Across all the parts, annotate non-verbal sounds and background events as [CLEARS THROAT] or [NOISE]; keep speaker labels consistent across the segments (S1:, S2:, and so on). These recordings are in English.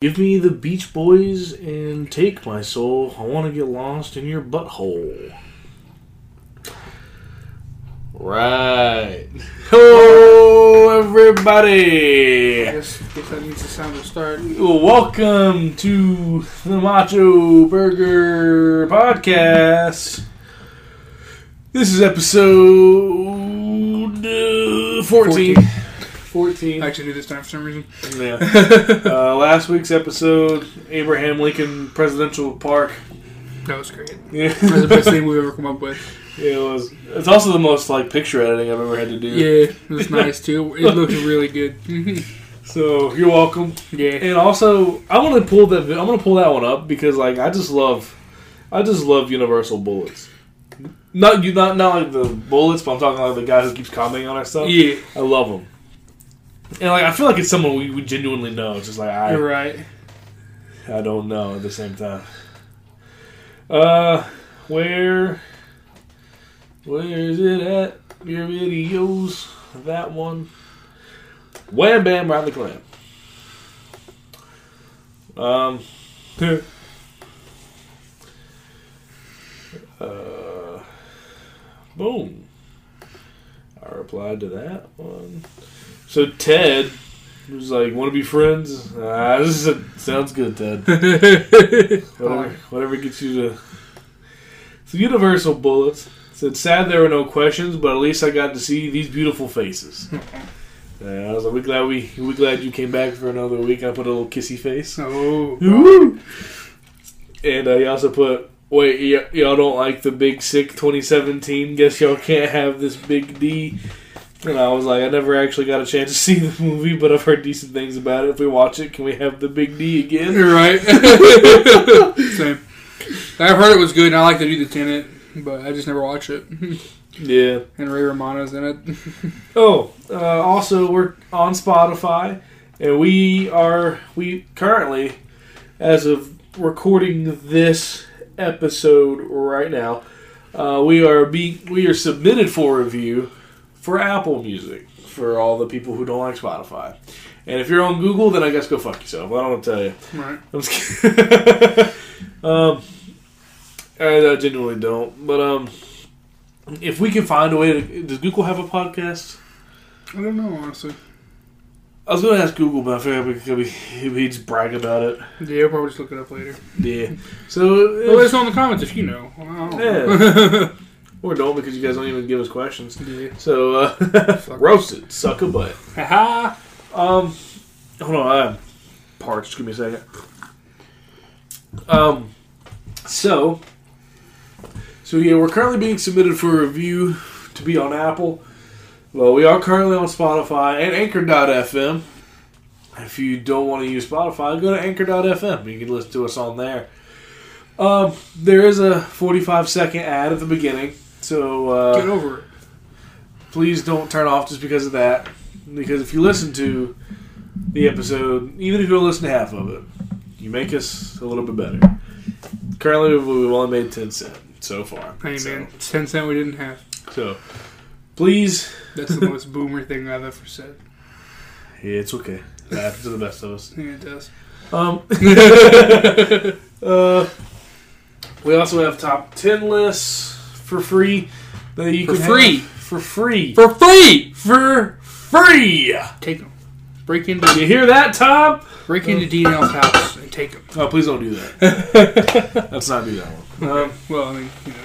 S1: Give me the Beach Boys and take my soul. I want to get lost in your butthole.
S2: Right. Hello,
S1: Everybody,
S3: guess, guess that needs to sound to start.
S1: welcome to the Macho Burger Podcast. This is episode uh, 14. 14.
S3: I actually do this time for some [LAUGHS] reason.
S1: Yeah. [LAUGHS] uh, last week's episode, Abraham Lincoln Presidential Park. [LAUGHS]
S3: That was great.
S1: Yeah.
S3: That's the best thing we've ever come up with.
S1: It was. It's also the most like picture editing I've ever had to do.
S3: Yeah, it was nice too. It looked really [LAUGHS] good.
S1: So you're welcome.
S3: yeah.
S1: And also, I want to pull that. I'm gonna pull that one up because like I just love, I just love Universal bullets. Not you, not not like the bullets, but I'm talking like the guy who keeps commenting on our stuff.
S3: Yeah,
S1: I love him. And like I feel like it's someone we, we genuinely know. It's just like I,
S3: you're right. [LAUGHS]
S1: I don't know at the same time. Uh, where, where is it at? Your videos, that one. Wham bam, round the clam. Um, [LAUGHS] uh, boom. I replied to that one. So Ted was like, "Want to be friends?" Ah, this is a, sounds good, Ted. Whatever, whatever gets you to. So Universal Bullets said, "Sad there were no questions, but at least I got to see these beautiful faces." And I was like, "We glad we we glad you came back for another week." I put a little kissy face.
S3: oh,
S1: Woo! [LAUGHS] And uh, he also put, "Wait, y- y'all don't like the Big Sick 2017? Guess y'all can't have this Big D." And I was like, "I never actually got a chance to [LAUGHS] see the movie, but I've heard decent things about it. If we watch it, can we have the Big D again?"
S3: you're right. [LAUGHS] Same. I've heard it was good, and I like to do the tenant, but I just never watch it.
S1: Yeah.
S3: And Ray Romano's in it.
S1: Oh, uh, also we're on Spotify, and we are we currently, as of recording this episode right now, uh, we are being we are submitted for review for Apple Music for all the people who don't like Spotify. And if you're on Google, then I guess go fuck yourself. I don't want to tell you.
S3: Right.
S1: I'm just kidding. [LAUGHS] um, I, I genuinely don't. But um, if we can find a way to, does Google have a podcast?
S3: I don't know, honestly.
S1: I was gonna ask Google, but I figured we could be, he'd just brag about it.
S3: Yeah, I'll probably just look it up later.
S1: Yeah. So
S3: Well, let us know in the comments if you know. I don't know.
S1: or don't because you guys don't even give us questions.
S3: [LAUGHS] yeah.
S1: So uh, [LAUGHS] roasted, suck a butt.
S3: Haha.
S1: Um, hold on, I'm parched. Give me a second. Um, so, so yeah, we're currently being submitted for review to be on Apple. Well, we are currently on Spotify and Anchor.fm. If you don't want to use Spotify, go to Anchor.fm. You can listen to us on there. Um, there is a 45 second ad at the beginning, so uh,
S3: Get over it.
S1: please don't turn off just because of that. Because if you listen to the episode, even if you don't listen to half of it, you make us a little bit better. Currently, we've only made 10 cents so far.
S3: Hey,
S1: so,
S3: man. It's 10 cent we didn't have.
S1: So, please.
S3: That's [LAUGHS] the most boomer thing I've ever said.
S1: Yeah, it's okay. It happens to the best of us.
S3: Yeah, it does.
S1: Um, [LAUGHS] uh, we also have top 10 lists for free. That you
S3: For
S1: can
S3: free?
S1: have- for free.
S3: For free!
S1: For free.
S3: Take them. Break into
S1: You hear that, Tom?
S3: break into D&L's house and take them.
S1: Oh, please don't do that. [LAUGHS] Let's not do that
S3: Oh.
S1: one.
S3: Well, I mean, you know.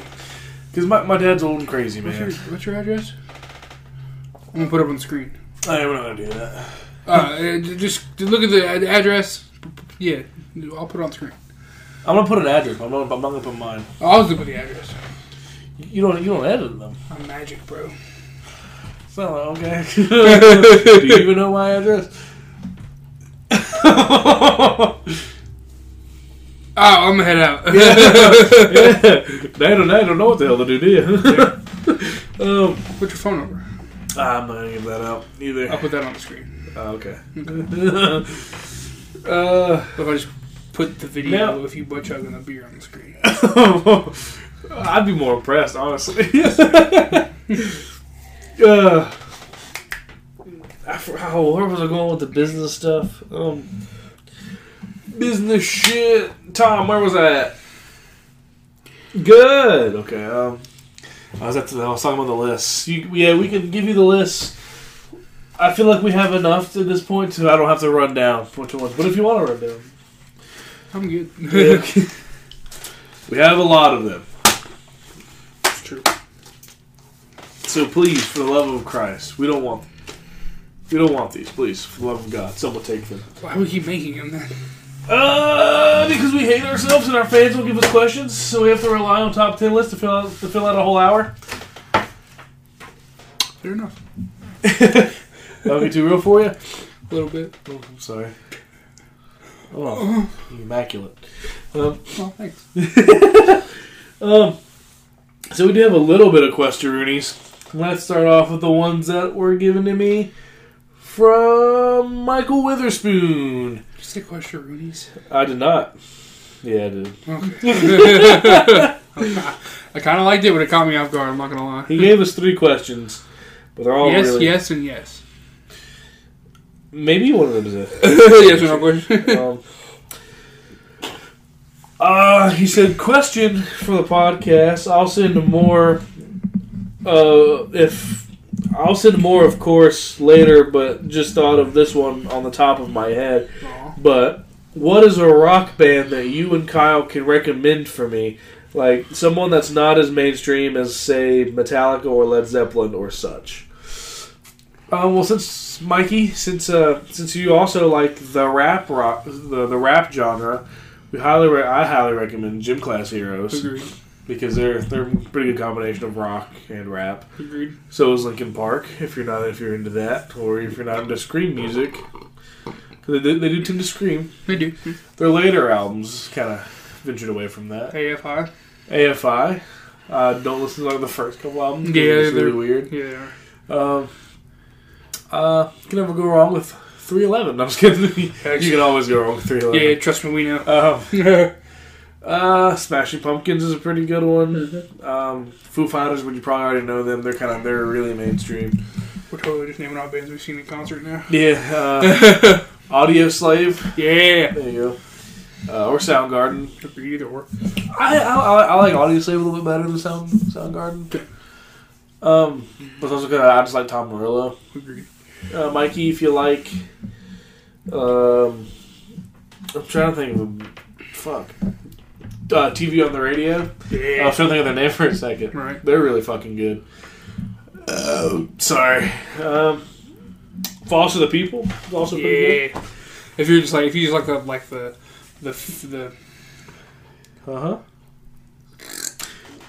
S1: Because my, my dad's old and crazy,
S3: What's your,
S1: man.
S3: what's your address? I'm going to put it up on the screen.
S1: I am not going to do that.
S3: Uh, uh, j- just look at the ad- address. Yeah, I'll put it on the screen.
S1: I'm going to put an address. I'm not, I'm not going to put mine.
S3: I'll just put the address.
S1: You don't you don't edit them.
S3: I'm magic, bro.
S1: It's not like, [LAUGHS] okay. do you even know my [LAUGHS] address?
S3: Oh, I'm going to head out. [LAUGHS]
S1: They, don't, they don't know what the hell to do, do you? [LAUGHS] um, ah,
S3: What's your phone number?
S1: I'm not going to give that out either.
S3: I'll put that on the screen.
S1: Oh, okay. [LAUGHS] uh.
S3: If I just put the video
S1: Now-
S3: of you butt chugging a beer on the [LAUGHS] screen.
S1: [LAUGHS] I'd be more impressed, honestly. [LAUGHS] uh, I, for- oh, where was I going with the business stuff? Um, Business shit. Tom, where was I at? Good. Okay. Um, I was at the, I was talking about the list. You, yeah, we can give you the list. I feel like we have enough at this point, so I don't have to run down which ones. But if you want to run down,
S3: I'm good.
S1: [LAUGHS]
S3: [LAUGHS]
S1: Yeah. we have a lot of them.
S3: it's true.
S1: So please, for the love of Christ, we don't want. We don't want these, please. For the love of God, someone take them.
S3: Why do we keep making them then?
S1: Uh, because we hate ourselves and our fans will give us questions, so we have to rely on top ten lists to fill out to fill out a whole hour.
S3: Fair enough.
S1: That'll be too real for you.
S3: A little bit.
S1: Oh, I'm sorry. [LAUGHS] Oh, immaculate. Um,
S3: Well, thanks.
S1: um, so we do have a little bit of questeroonies. Let's start off with the ones that were given to me from Michael Witherspoon.
S3: Did you say question Rooney's?
S1: I did not. Yeah, I did.
S3: Okay. [LAUGHS] I kind of liked it, but it caught me off guard. I'm not gonna lie.
S1: He gave us three questions, but they're all
S3: yes,
S1: really.
S3: yes,
S1: [LAUGHS]
S3: and yes.
S1: Maybe one of them is [LAUGHS] a.
S3: yes or no question?
S1: [LAUGHS] Um, uh, he said, question for the podcast. I'll send more. Uh, if I'll send more, of course, later. But just thought of this one on the top of my head.
S3: Aw.
S1: But what is a rock band that you and Kyle can recommend for me? Like someone that's not as mainstream as, say, Metallica or Led Zeppelin or such. Um, well, since Mikey, since uh, since you also like the rap rock, the, the rap genre, we highly re- I highly recommend Gym Class Heroes
S3: Agreed.
S1: because they're they're a pretty good combination of rock and rap.
S3: Agreed.
S1: So is Linkin Park if you're not if you're into that or if you're not into scream music. 'Cause They do, they do tend to scream.
S3: They do.
S1: Their later albums kind of ventured away from that.
S3: AFI.
S1: AFI. Uh, don't listen to like the first couple albums. 'cause
S3: Yeah,
S1: it's really
S3: they're-
S1: weird.
S3: Yeah, they are.
S1: Um, uh, can never go wrong with 311. [LAUGHS] I'm just kidding. you can always go wrong with
S3: Yeah,
S1: 311.
S3: trust me,
S1: [LAUGHS]
S3: we know.
S1: Um, uh, Smashing Pumpkins is a pretty good one.
S3: Mm-hmm.
S1: Um, Foo Fighters, would you probably already know them? They're kind of they're really mainstream.
S3: We're totally just naming all bands we've seen in
S1: [LAUGHS]
S3: concert now.
S1: Yeah. Uh, Audio Slave.
S3: Yeah.
S1: There you go. Uh, or Soundgarden.
S3: Agreed either or.
S1: I, I, I- I like Audio Slave a little bit better than Sound Soundgarden. Um, but also good. I just like Tom Morello.
S3: Agreed.
S1: Uh, Mikey, if you like, um, I'm trying to think of a, fuck uh, TV on the radio. I
S3: Yeah.
S1: was trying to think of their name for a second.
S3: right.
S1: They're really fucking good. Oh, sorry. Um, Falls to the People is also pretty
S3: Yeah. If you're just like, if you just like the like the the the
S1: good. Uh huh.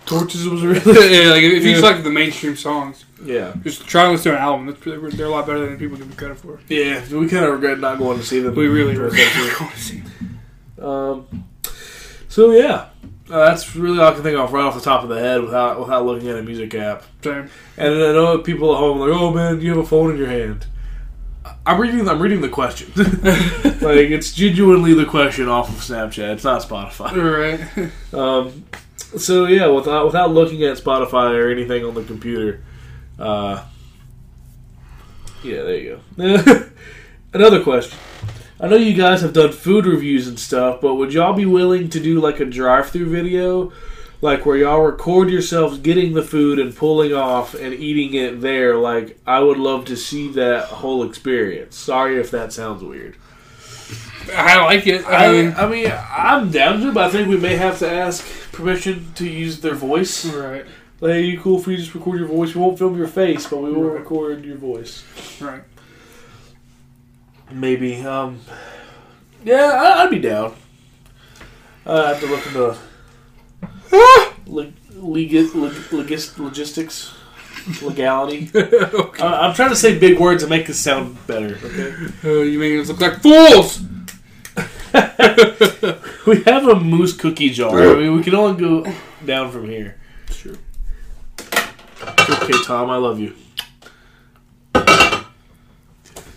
S1: Torches was really [LAUGHS]
S3: [LAUGHS] yeah, like if you just like the mainstream songs,
S1: yeah.
S3: just try and listen to an album. That's- They're, they're a lot better than people give them credit for.
S1: Yeah, we kind of regret not going to see them.
S3: We really, really [LAUGHS]
S1: Um, so yeah, uh, that's really all I can think of right off the top of the head without without looking at a music app.
S3: Same.
S1: And I know people at home are like, oh man, you have a phone in your hand. I- I'm reading. I'm reading the question. [LAUGHS] like it's genuinely the question off of Snapchat. It's not Spotify.
S3: Right.
S1: Um, so yeah, without without looking at Spotify or anything on the computer, uh, yeah, there you go. [LAUGHS] Another question. I know you guys have done food reviews and stuff, but would y'all be willing to do like a drive-through video, like where y'all record yourselves getting the food and pulling off and eating it there? Like, I would love to see that whole experience. Sorry if that sounds weird.
S3: [LAUGHS] I like it. I,
S1: I,
S3: mean,
S1: I mean, I'm down to it, but I think we may have to ask permission to use their voice.
S3: right,
S1: Like, hey, you cool if we just record your voice? We won't film your face, but we will
S3: Right.
S1: record your voice.
S3: right.
S1: Maybe. Um, yeah, I, I'd be down. Uh, I have to look into leg, legi- leg, legis, logistics, legality. uh, I'm trying to say big words and make this sound better. Okay.
S3: Uh, you making us look like fools.
S1: [LAUGHS] We have a moose cookie jar. I mean, we can only go down from here.
S3: Sure.
S1: Okay, Tom, I love you.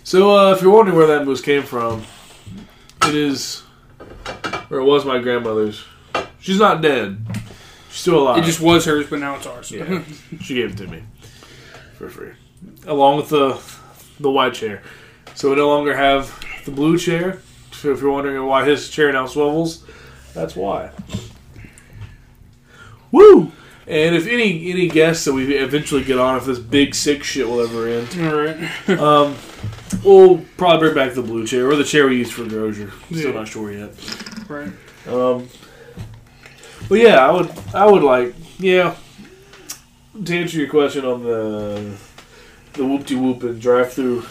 S1: So, uh, if you're wondering where that moose came from, it is, or it was my grandmother's. She's not dead. She's still alive.
S3: It just was hers, but now it's ours. [LAUGHS]
S1: Yeah. [LAUGHS] she gave it to me for free, along with the the white chair. So we no longer have the blue chair. So if you're wondering why his chair now swivels, that's why. Woo! And if any any guests that we eventually get on, if this big sick shit will ever
S3: [LAUGHS]
S1: end,
S3: All right.
S1: um, we'll probably bring back the blue chair or the chair we used for Grozier. Still
S3: Yeah.
S1: not sure yet.
S3: Right.
S1: Um, but yeah, I would, I would like, yeah. To answer your question on the the whoop de whoop and drive through,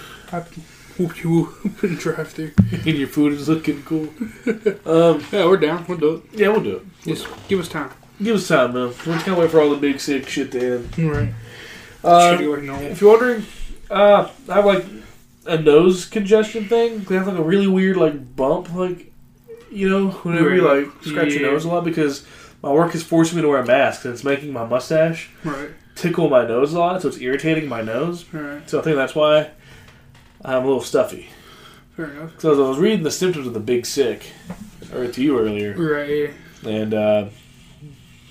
S3: Whoop you whoop [LAUGHS] and drive through.
S1: [LAUGHS] and your food is looking cool. um,
S3: Yeah, we're down. We'll do it.
S1: yeah, we'll do it.
S3: Just give us time.
S1: Give us time, man. We're just gonna wait for all the big sick shit to end.
S3: All right.
S1: Uh,
S3: Should go like normal.
S1: if you're wondering, uh, I have like a nose congestion thing. They have like a really weird like bump, like you know, whenever you
S3: Right.
S1: like scratch
S3: Yeah.
S1: your nose a lot because my work is forcing me to wear a mask and it's making my mustache
S3: Right.
S1: tickle my nose a lot, so it's irritating my nose.
S3: All right.
S1: So I think that's why I'm a little stuffy.
S3: Fair enough.
S1: So as I was reading the symptoms of the big sick, I read to you earlier,
S3: Right. Yeah.
S1: and uh,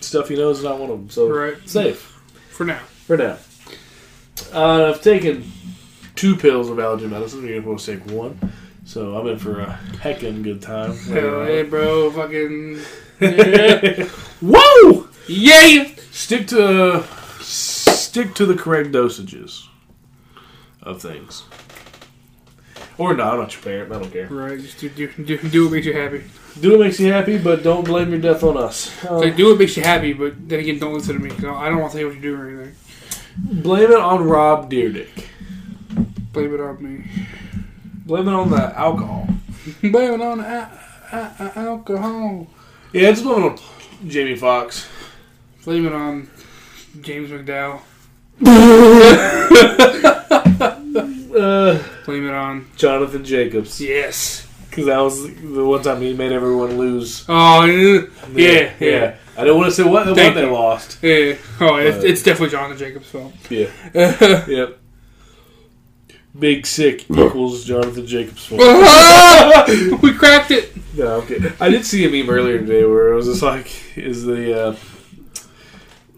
S1: stuffy nose is not one of them. So
S3: Right.
S1: safe
S3: For now.
S1: for now. Uh, I've taken two pills of allergen medicine. You're supposed to take one. So I'm in for a heckin' good [LAUGHS] time.
S3: Hell hey,
S1: Oh,
S3: bro. [LAUGHS] Fucking.
S1: [LAUGHS] Whoa!
S3: Yay!
S1: Stick to stick to the correct dosages of things. Or not, I'm not your parent. I don't care.
S3: Right. Just do, do, do, do what makes you happy.
S1: Do what makes you happy, but don't blame your death on us.
S3: It's
S1: Uh,
S3: like, do what makes you happy, but then again, don't listen to me. 'cause I don't want to tell you what you do or anything.
S1: blame it on Rob Deerdick.
S3: Blame it on me. [LAUGHS]
S1: Blame it on the alcohol.
S3: Blame it on a- a- a- alcohol.
S1: Yeah, just blame it on Jamie Foxx.
S3: Blame it on James McDowell.
S1: Uh,
S3: Blame it on.
S1: Jonathan Jacobs.
S3: Yes.
S1: Because that was the one time he made everyone lose.
S3: Oh, yeah. Yeah, yeah.
S1: I don't want to say what, what
S3: Thank
S1: they
S3: you.
S1: lost.
S3: yeah. Oh, it's,
S1: Uh,
S3: it's definitely Jonathan Jacobs' fault. [LAUGHS]
S1: Yeah.
S3: oh,
S1: [LAUGHS] Yep. Big
S3: [LAUGHS]
S1: sick equals Jonathan Jacobs.
S3: we cracked it.
S1: No, okay. I did see a meme earlier today where it was just like, is the uh,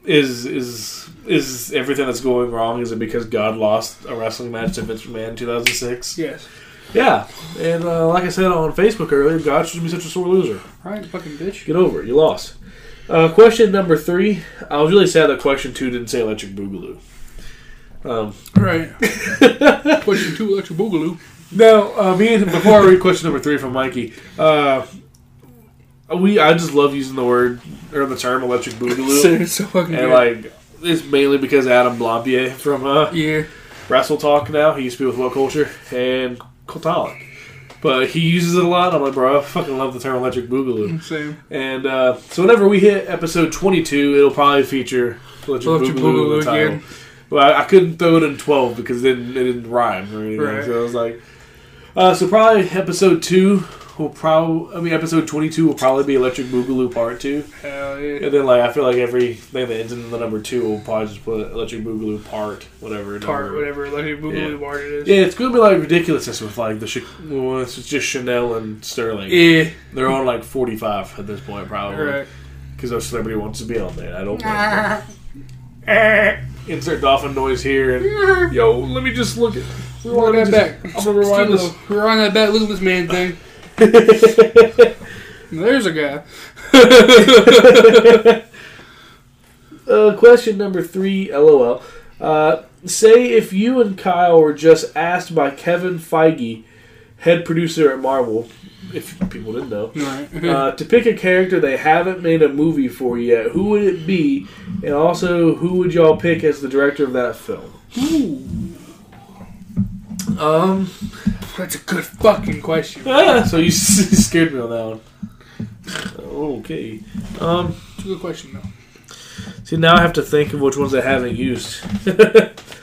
S1: is is is everything that's going wrong? Is it because God lost a wrestling match to Vince McMahon in 2006?
S3: Yes.
S1: Yeah, and uh, like I said on Facebook earlier, God should be such a sore loser.
S3: Right, fucking bitch.
S1: Get over it. You lost. Uh, question number three. I was really sad that question two didn't say Electric Boogaloo. Um, [LAUGHS]
S3: Right. Pushing two electric boogaloo.
S1: No, uh, me and before I read question number three from Mikey, uh, we I just love using the word or the term electric
S3: [LAUGHS]
S1: boogaloo,
S3: So, so fucking
S1: and
S3: good.
S1: like it's mainly because Adam Blampier from uh,
S3: yeah.
S1: Wrestle Talk now he used to be with What Culture and Cultolic, but he uses it a lot. I'm like, bro, I fucking love the term electric boogaloo,
S3: Same.
S1: and uh, so whenever we hit episode 22, it'll probably feature electric,
S3: Electric
S1: boogaloo, in the
S3: boogaloo
S1: title.
S3: again.
S1: Well, I, I couldn't throw it in 12 because it didn't, it didn't rhyme or anything.
S3: Right.
S1: So I was like, uh, so probably episode 2 will probably, I mean, episode 22 will probably be Electric Boogaloo Part 2.
S3: Hell yeah.
S1: And then, like, I feel like everything that ends in the number 2 will probably just put Electric Boogaloo Part, whatever.
S3: Tart,
S1: number.
S3: whatever electric
S1: Yeah.
S3: boogaloo part it is.
S1: Yeah, it's going to be like ridiculousness with like the sh- well, it's just Chanel and Sterling.
S3: Yeah.
S1: They're on like 45 at this point, probably.
S3: Right.
S1: Because our celebrity wants to be on there. I don't blame them. Insert dolphin noise here. And, Yo, let me just look at.
S3: Rewind that back.
S1: I'm gonna rewind this.
S3: Rewind that back. Look at this man thing. There's a guy.
S1: Uh, question number three, lol. Uh, say if you and Kyle were just asked by Kevin Feige, head producer at Marvel, if people didn't know,
S3: Right.
S1: uh, to pick a character they haven't made a movie for yet, who would it be? And also, who would y'all pick as the director of that film?
S3: Ooh,
S1: Um.
S3: that's a good fucking question. That's
S1: Ah, [LAUGHS] so you s- scared me on that one. Okay. Um.
S3: a good question though.
S1: See, now I have to think of which ones I haven't used.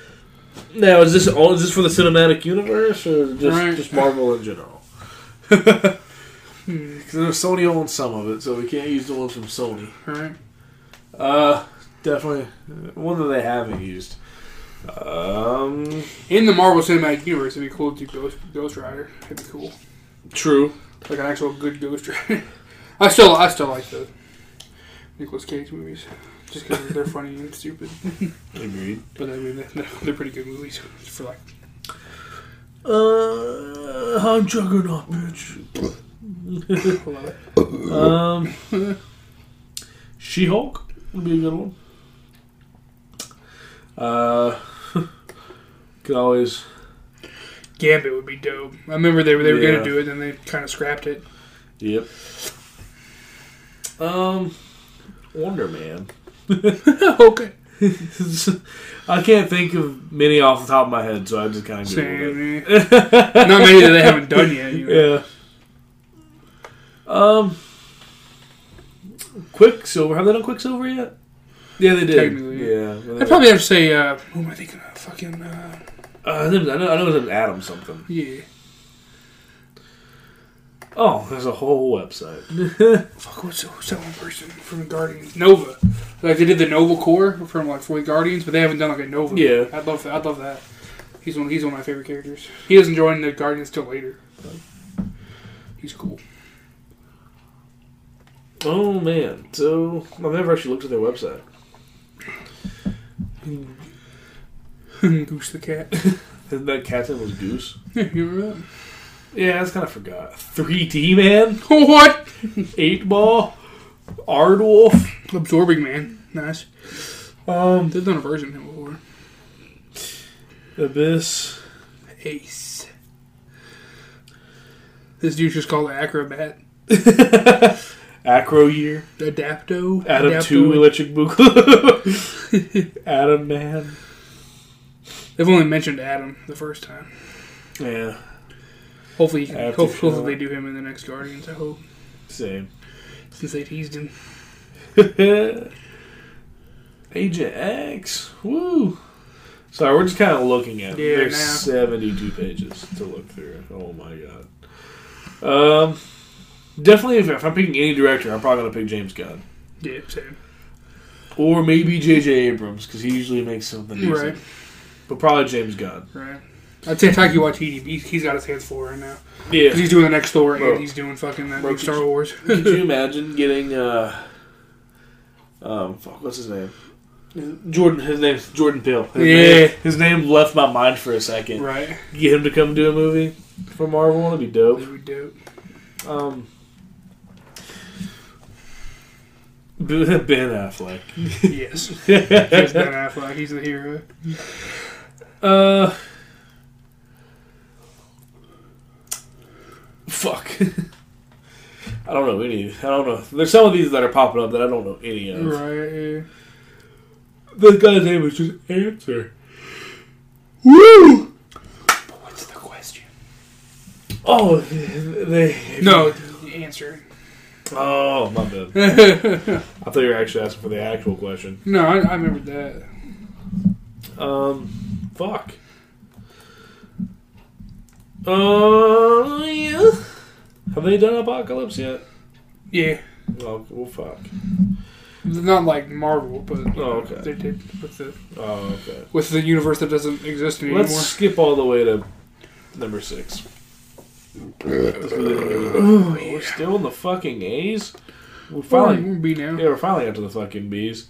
S1: [LAUGHS] now, is this all? Is this for the cinematic universe or just
S3: Right.
S1: just Marvel in general? [LAUGHS]
S3: Hmm.
S1: Because Sony owns some of it, so we can't use the ones from Sony.
S3: Alright.
S1: Uh, definitely one that they haven't used. Um,
S3: In the Marvel Cinematic Universe, it'd be cool to do Ghost, Ghost Rider. It'd be cool,
S1: true.
S3: like an actual good Ghost Rider. [LAUGHS] I still, I still like the Nicolas Cage movies, just because they're funny and stupid.
S1: Agreed.
S3: But I mean, they're, they're pretty good movies for like
S1: Uh, I'm juggernaut, bitch. [LAUGHS]
S3: [LAUGHS]
S1: um, She Hulk would be a good one. Uh, [LAUGHS] could always.
S3: Gambit would be dope. I remember they were they were
S1: Yeah.
S3: gonna do it, and they kind of scrapped it. [LAUGHS]
S1: Yep. Um, Wonder Man. [LAUGHS]
S3: okay.
S1: I can't think of many off the top of my head, so I just kind of.
S3: Same. eh.
S1: [LAUGHS]
S3: Not many that they haven't done yet. You know.
S1: Yeah. Um. Quicksilver. Have they done Quicksilver yet? Yeah, they did.
S3: Technically, yeah.
S1: yeah.
S3: I probably have to say, uh, who am I thinking of? Fucking, uh,
S1: Uh, his name's- I know. I know his name's Adam something.
S3: yeah.
S1: Oh, there's a whole website.
S3: Fuck, what's, who's that one person from Guardians? Nova. Like, they did the Nova Corps from, like, for the Guardians, but they haven't done, like, a Nova.
S1: Yeah.
S3: I'd love that. I'd love that. He's one, he's one of my favorite characters. He doesn't join the Guardians till later. but He's cool. [LAUGHS]
S1: oh man. So I've never actually looked at their website.
S3: Goose the Cat. [LAUGHS]
S1: Isn't that cat's name was Goose?
S3: you remember that? [LAUGHS]
S1: Yeah, that's kind of forgot. Three D Man,
S3: What?
S1: Eight Ball, Ardwolf.
S3: Absorbing Man. Nice.
S1: Um,
S3: They've done a version of him before.
S1: Abyss. [LAUGHS]
S3: Ace. This dude's just called Acrobat.
S1: Acro Year.
S3: Adapto.
S1: Adam
S3: Adapto.
S1: Two Electric Boogaloo. [LAUGHS] Adam Man.
S3: They've only mentioned Adam the first time.
S1: Yeah,
S3: Hopefully, he can,
S1: After
S3: hopefully,
S1: show.
S3: hopefully they do him in the next Guardians. I hope
S1: same.
S3: since they teased him.
S1: Agent X. Woo. Sorry, we're just kind of looking at.
S3: Yeah,
S1: Yeah, There's
S3: now.
S1: 72 pages to look through. Oh my god. Um, definitely, if, if I'm picking any director, I'm probably gonna pick James Gunn
S3: Yeah, same.
S1: or maybe J.J. Abrams because he usually makes something decent.
S3: Right,
S1: But probably James Gunn.
S3: right. I'd say Taiki Waititi. he- He's got his hands full right now. 'Cause
S1: Yeah.
S3: He's doing the next Thor, and
S1: Bro.
S3: he's doing fucking that
S1: Bro,
S3: new
S1: could
S3: Star
S1: you-
S3: Wars.
S1: Could you imagine getting uh, um, fuck, what's his name? Jordan. His name's Jordan Peele. His
S3: Yeah.
S1: Name, his name left my mind for a second.
S3: right,
S1: get him to come do a movie for Marvel. That'd be dope.
S3: That would be dope.
S1: [LAUGHS] Um, B- Ben Affleck.
S3: yes, There's Ben Affleck. He's the hero.
S1: Uh, fuck. [LAUGHS] I don't know any. I don't know. There's some of these that are popping up that I don't know any of.
S3: Right. yeah.
S1: The guy's name is just Answer.
S3: Woo!
S1: But what's the question? Oh, they. [LAUGHS]
S3: No, answer.
S1: Oh, my bad.
S3: no,
S1: I thought you were actually asking for the actual question.
S3: I, I remember that.
S1: Um, fuck. Uh, yeah. Have they done Apocalypse yet?
S3: Yeah,
S1: Oh, well, fuck.
S3: not like Marvel, but you
S1: Oh,
S3: know,
S1: okay.
S3: they did with the
S1: Oh, okay.
S3: with the universe that doesn't exist anymore.
S1: Let's skip all the way to number six. We're still in the fucking A's. We're
S3: Fine,
S1: finally,
S3: we'll be now.
S1: yeah, we're finally after the fucking B's.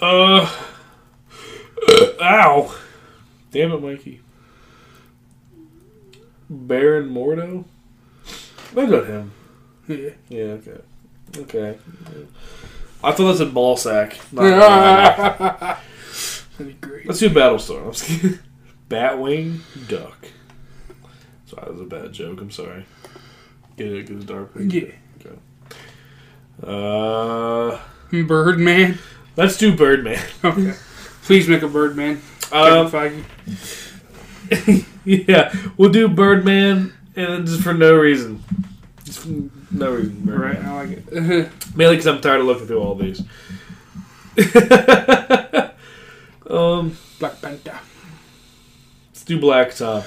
S1: Uh, ow! Damn it, Mikey. Baron Mordo. They've done him.
S3: Yeah.
S1: Yeah, okay. Okay. I thought that's a ball sack. Not-
S3: [LAUGHS] That'd be great.
S1: Let's do Battlestar. I'm just kidding. Batwing Duck. Sorry, that was a bad joke. I'm sorry. Get it? Get the dark.
S3: Yeah.
S1: Uh,
S3: Birdman. [LAUGHS]
S1: let's do [LAUGHS] Birdman.
S3: Okay. Please make a Birdman.
S1: Um,
S3: Kevin Feige.
S1: yeah, we'll do Birdman, and then just for no reason. Just for no reason.
S3: Right,
S1: Birdman.
S3: I like it. [LAUGHS]
S1: Mainly because I'm tired of looking through all these. [LAUGHS] um,
S3: Black Panther. [LAUGHS]
S1: let's do Blacktop.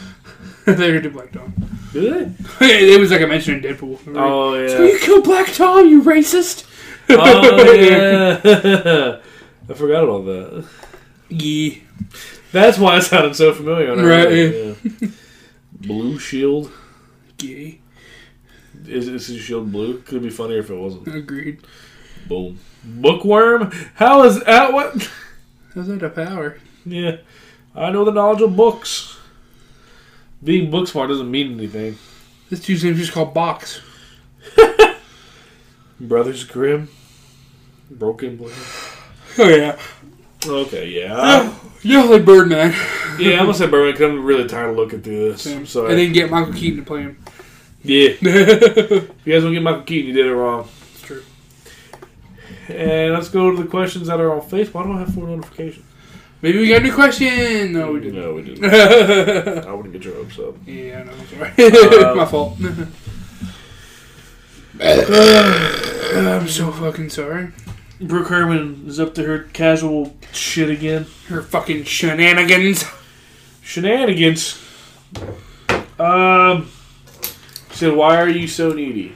S3: they already did Black Tom. [LAUGHS]
S1: Good.
S3: it was like I mentioned in Deadpool. Remember?
S1: Oh yeah.
S3: So you killed Black Tom, you racist?
S1: [LAUGHS]
S3: [LAUGHS]
S1: Oh yeah. [LAUGHS] I forgot all that.
S3: Yeah.
S1: That's why it sounded so familiar. when I
S3: Right,
S1: read it, yeah. Blue Shield.
S3: Gay.
S1: Is, is his shield blue? Could be funnier if it wasn't.
S3: Agreed.
S1: Boom. Bookworm. How is that? What?
S3: How's that a power?
S1: Yeah. I know the knowledge of books. Being book smart doesn't mean anything.
S3: This dude's name's just called Box.
S1: Brothers Grimm, Broken Blade.
S3: Oh yeah.
S1: Okay, yeah, I- [SIGHS]
S3: Yeah, like Birdman.
S1: yeah. I'm gonna say Birdman 'cause I'm really tired of looking through this. I'm
S3: And
S1: sorry.
S3: then get Michael Keaton to play him.
S1: yeah, [LAUGHS] if you guys don't get Michael Keaton, you did it wrong.
S3: It's true.
S1: And let's go to the questions that are on Facebook. Why don't I have four notifications?
S3: Maybe we got a new question. No, we didn't.
S1: No, we [LAUGHS] didn't.
S3: [LAUGHS] yeah,
S1: I wouldn't get your hopes up.
S3: I know. I'm sorry.
S1: Um,
S3: [LAUGHS] My fault. I'm so fucking sorry.
S1: Brooke Herman is up to her casual shit again.
S3: Her fucking shenanigans.
S1: Shenanigans. Um, she said, "Why are you so needy?"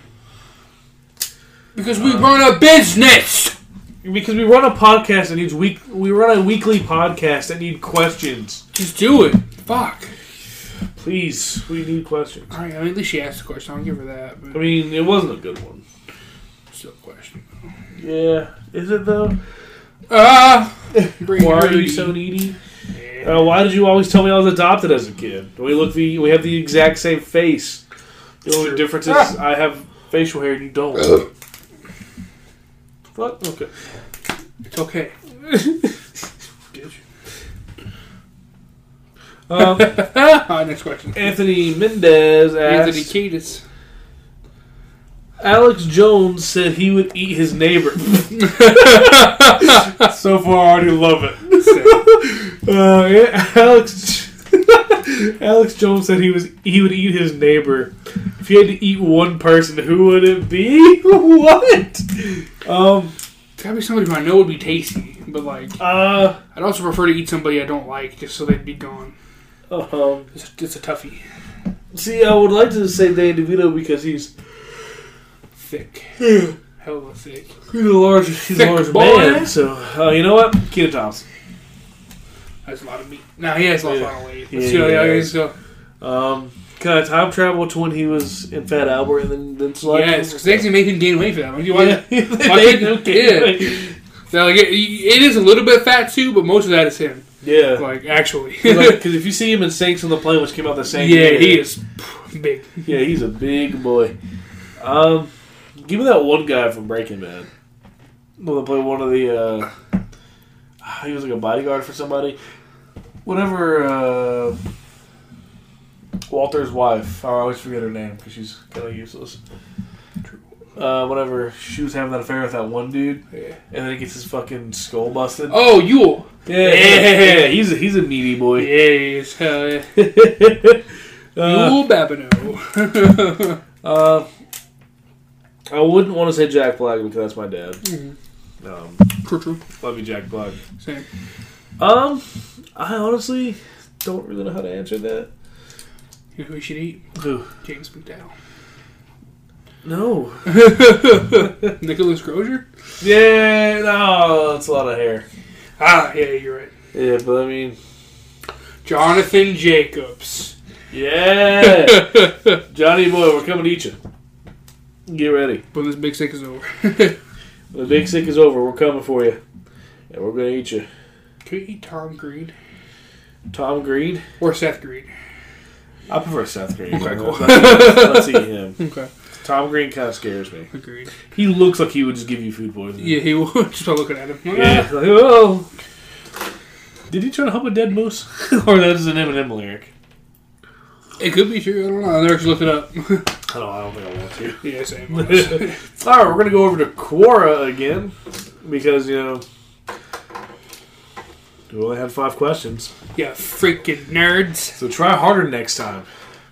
S3: Because we run a business.
S1: Because we run a podcast that needs week. We run a weekly podcast that need questions.
S3: Just do it. Fuck.
S1: Please, we need questions.
S3: All right. I mean, at least she asked the question. I'll give her that.
S1: I
S3: But
S1: mean, it wasn't a good one.
S3: still a question.
S1: Yeah, is it though?
S3: Ah. bring
S1: [LAUGHS] Why
S3: her
S1: are you
S3: to-
S1: so needy?
S3: Yeah.
S1: Uh, why did you always tell me I was adopted as a kid? We look the we have the exact same face. The only
S3: Sure.
S1: difference [LAUGHS] is I have facial hair and you don't. What? Okay.
S3: It's okay. [LAUGHS]
S1: Um, [LAUGHS]
S3: Ah, next question.
S1: Anthony Mendez asked.
S3: Anthony Kiedis.
S1: Alex Jones said he would eat his neighbor. so far, I already love it. [LAUGHS] Uh, yeah, Alex [LAUGHS] Alex Jones said he was he would eat his neighbor. If he had to eat one person, who would it be? [LAUGHS] what? Um.
S3: It's gotta be somebody who I know would be tasty, but like
S1: Uh.
S3: I'd also prefer to eat somebody I don't like just so they'd be gone.
S1: Um.
S3: It's, it's a toughie.
S1: See, I would like to say Dan DeVito because he's
S3: Thick. Hella thick.
S1: he's a large he's
S3: Thick
S1: a large
S3: boy.
S1: man. So uh, you know what? Keita Thompson.
S3: That's a lot of meat. Nah, he has lost a lot of weight. Let's
S1: Yeah,
S3: see how
S1: he
S3: the
S1: does.
S3: others go.
S1: Um, can I time travel to when he was in Fat Albert and then then slide?
S3: Yes, because they actually made him gain weight for that one. You want
S1: yeah. [LAUGHS]
S3: Why- so, like, it, it is a little bit fat too, but most of that is him.
S1: yeah.
S3: Like actually,
S1: Because
S3: [LAUGHS]
S1: if you see him in Sinks on the Plane, which came out the same
S3: yeah,
S1: year,
S3: he is pff, big.
S1: Yeah, he's a big boy. Um, give me that one guy from Breaking Bad. Well, they play one of the. Uh, [SIGHS] he was like a bodyguard for somebody. Whatever. Uh, Walter's wife. I always forget her name because she's kind of useless. Uh, whatever. She was having that affair with that one dude,
S3: Yeah.
S1: and then he gets his fucking skull busted.
S3: Oh, Yule.
S1: yeah,
S3: yeah.
S1: yeah, he's a, he's a meaty
S3: Yeah,
S1: boy.
S3: he is. Hell yeah.
S1: [LAUGHS] Uh,
S3: Yule
S1: [LAUGHS]
S3: Babineau.
S1: Uh, I wouldn't want to say Jack Black because that's my dad. Um,
S3: True, true.
S1: love you, Jack Black.
S3: Same.
S1: Um, I honestly don't really know how to answer that.
S3: You know who we should eat?
S1: Who?
S3: James McDowell.
S1: No.
S3: Nicholas Crozier?
S1: Yeah, no, that's a lot of hair.
S3: Ah, yeah, you're right.
S1: Yeah, but I mean,
S3: Jonathan Jacobs.
S1: [LAUGHS] yeah, Johnny boy, we're coming to eat you. Get ready.
S3: When this big sick is over.
S1: When the big sick is over. We're coming for you, and we're gonna eat you.
S3: Could we eat Tom Green?
S1: Tom Green.
S3: Or Seth Green.
S1: I prefer Seth Green.
S3: Okay, cool.
S1: Let's eat [LAUGHS] him.
S3: Okay.
S1: Tom Green kind of scares me.
S3: Agreed.
S1: He looks like he would just give you food poisoning.
S3: Yeah, he [LAUGHS] will. Just by looking at him.
S1: Yeah. Like, oh. Did he try to help a dead moose? or that is an Eminem lyric?
S3: It could be true. I don't know. I never actually looked it up. [LAUGHS]
S1: I don't, I don't think I want to.
S3: yeah, [LAUGHS] same.
S1: All right, we're going to [LAUGHS] go over to Quora again because, you know, we only had five questions.
S3: yeah, freaking nerds.
S1: So try harder next time.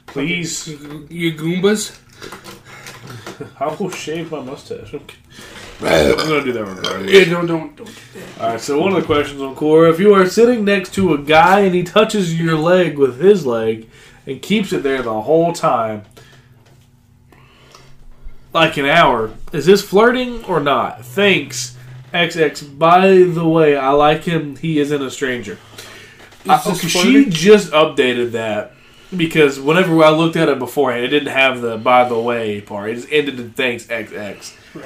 S1: Please.
S3: You Goombas.
S1: I will shave my mustache. Okay. I'm going to do that regardless.
S3: Yeah, don't, don't, don't.
S1: All right, so one of the questions on Quora if you are sitting next to a guy and he touches your leg with his leg and keeps it there the whole time, like an hour, is this flirting or not? Thanks, XX. By the way, I like him. He isn't a stranger. Uh,
S3: this
S1: okay, she
S3: oh, flirting?
S1: just updated that because whenever I looked at it beforehand, it didn't have the by the way part. It just ended in thanks, XX.
S3: Right.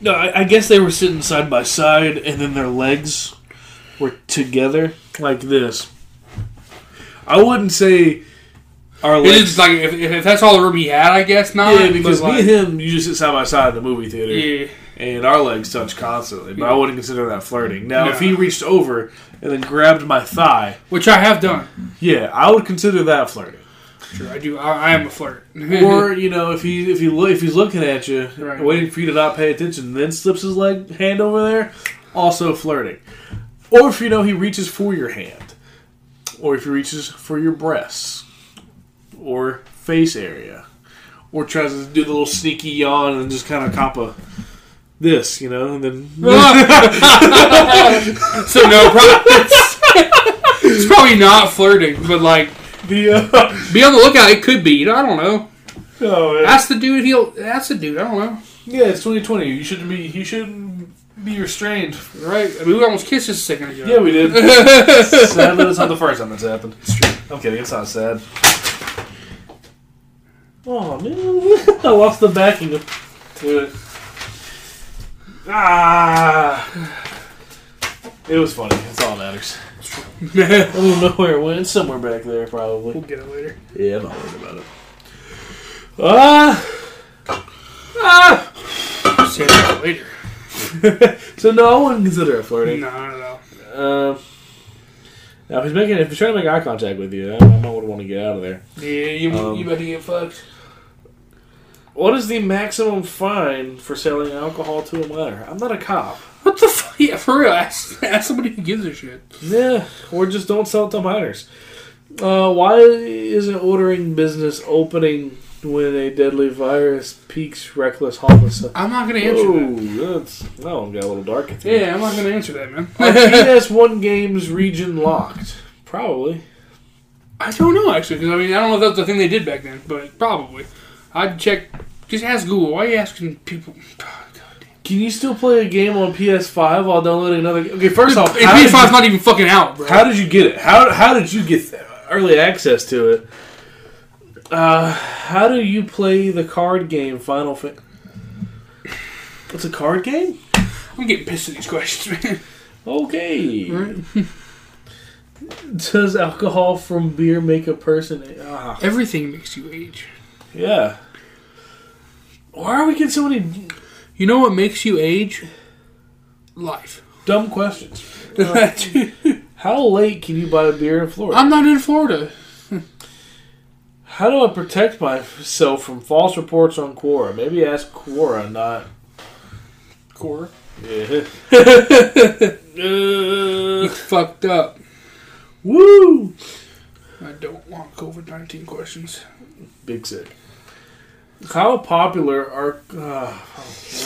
S1: No, I, I guess they were sitting side by side, and then their legs were together like this. I wouldn't say Our
S3: It's
S1: legs.
S3: just like if, if, if that's all the room he had, I guess not.
S1: yeah, because
S3: but,
S1: me
S3: like,
S1: and him usually sit side by side in the movie theater,
S3: yeah,
S1: and our legs touch constantly. But I wouldn't consider that flirting. Now, if
S3: No.
S1: he reached over and then grabbed my thigh,
S3: which I have done.
S1: yeah, I would consider that flirting.
S3: Sure, I do. I, I am a flirt.
S1: or [LAUGHS] you know, if he if he lo- if he's looking at you,
S3: Right.
S1: waiting for you to not pay attention, then slips his leg hand over there, also flirting. Or if you know he reaches for your hand, or if he reaches for your breasts, or face area, or tries to do the little sneaky yawn and just kind of cop a this, you know, and
S3: [LAUGHS]
S1: then
S3: [LAUGHS]
S1: [LAUGHS]
S3: so no, probably, [LAUGHS] it's, it's probably not flirting, but like
S1: the uh,
S3: be on the lookout. It could be. You know, I don't know.
S1: oh, man.
S3: That's the dude. He'll. That's the dude. I don't know.
S1: yeah, it's twenty twenty. You shouldn't be you shouldn't be restrained.
S3: Right? I mean, we almost kissed just a second ago. [LAUGHS]
S1: Yeah, we did. Sadly, that's not the first time that's happened. It's true. I'm kidding. It's not sad. Oh man, [LAUGHS] I lost the backing to it. Ah, it was funny. It's all that matters. I don't know where it went. It's somewhere back there, probably.
S3: we'll get it later.
S1: Yeah, I'm not worried about it. Ah, ah. [LAUGHS]
S3: Just hit it later.
S1: so no, I wouldn't consider it flirting.
S3: No, I don't know.
S1: Um, now, if he's making, if he's trying to make eye contact with you, I, I might want to get out of there.
S3: Yeah, you,
S1: Um,
S3: you better get fucked.
S1: What is the maximum fine for selling alcohol to a minor? I'm not a cop.
S3: What the fuck? Yeah, for real. Ask, ask somebody who gives a shit.
S1: Yeah, or just don't sell it to minors. Uh, why isn't ordering business opening when a deadly virus peaks reckless homicide?
S3: I'm not gonna answer
S1: Oh, that's that one got a little dark. at the
S3: that.
S1: end.
S3: Yeah, I'm not gonna answer that, man.
S1: Are
S3: [LAUGHS]
S1: PS1 games region locked? Probably.
S3: I don't know actually, because I mean, I don't know if that's the thing they did back then, but probably. I'd check. Just ask Google. Why are you asking people? God damn.
S1: Can you still play a game on PS5 while downloading another? Okay, first off,
S3: And
S1: how did
S3: PS5's not even fucking out, bro.
S1: How did you get it? How how did you get early access to it? Uh, how do you play the card game Final Fantasy? It's a card game.
S3: I'm getting pissed at these questions, man.
S1: Okay. [LAUGHS] Does alcohol from beer make a person? Ah,
S3: Everything makes you age.
S1: yeah. Why are we getting so many
S3: You know what makes you age? Life.
S1: dumb questions? How late can you buy a beer in Florida?
S3: [LAUGHS] I'm not in Florida.
S1: How do I protect myself from false reports on Quora? Maybe ask Quora, not
S3: Core.
S1: Yeah.
S3: You fucked up.
S1: [LAUGHS] woo!
S3: I don't want COVID 19 questions.
S1: Big sick. How popular are? Uh,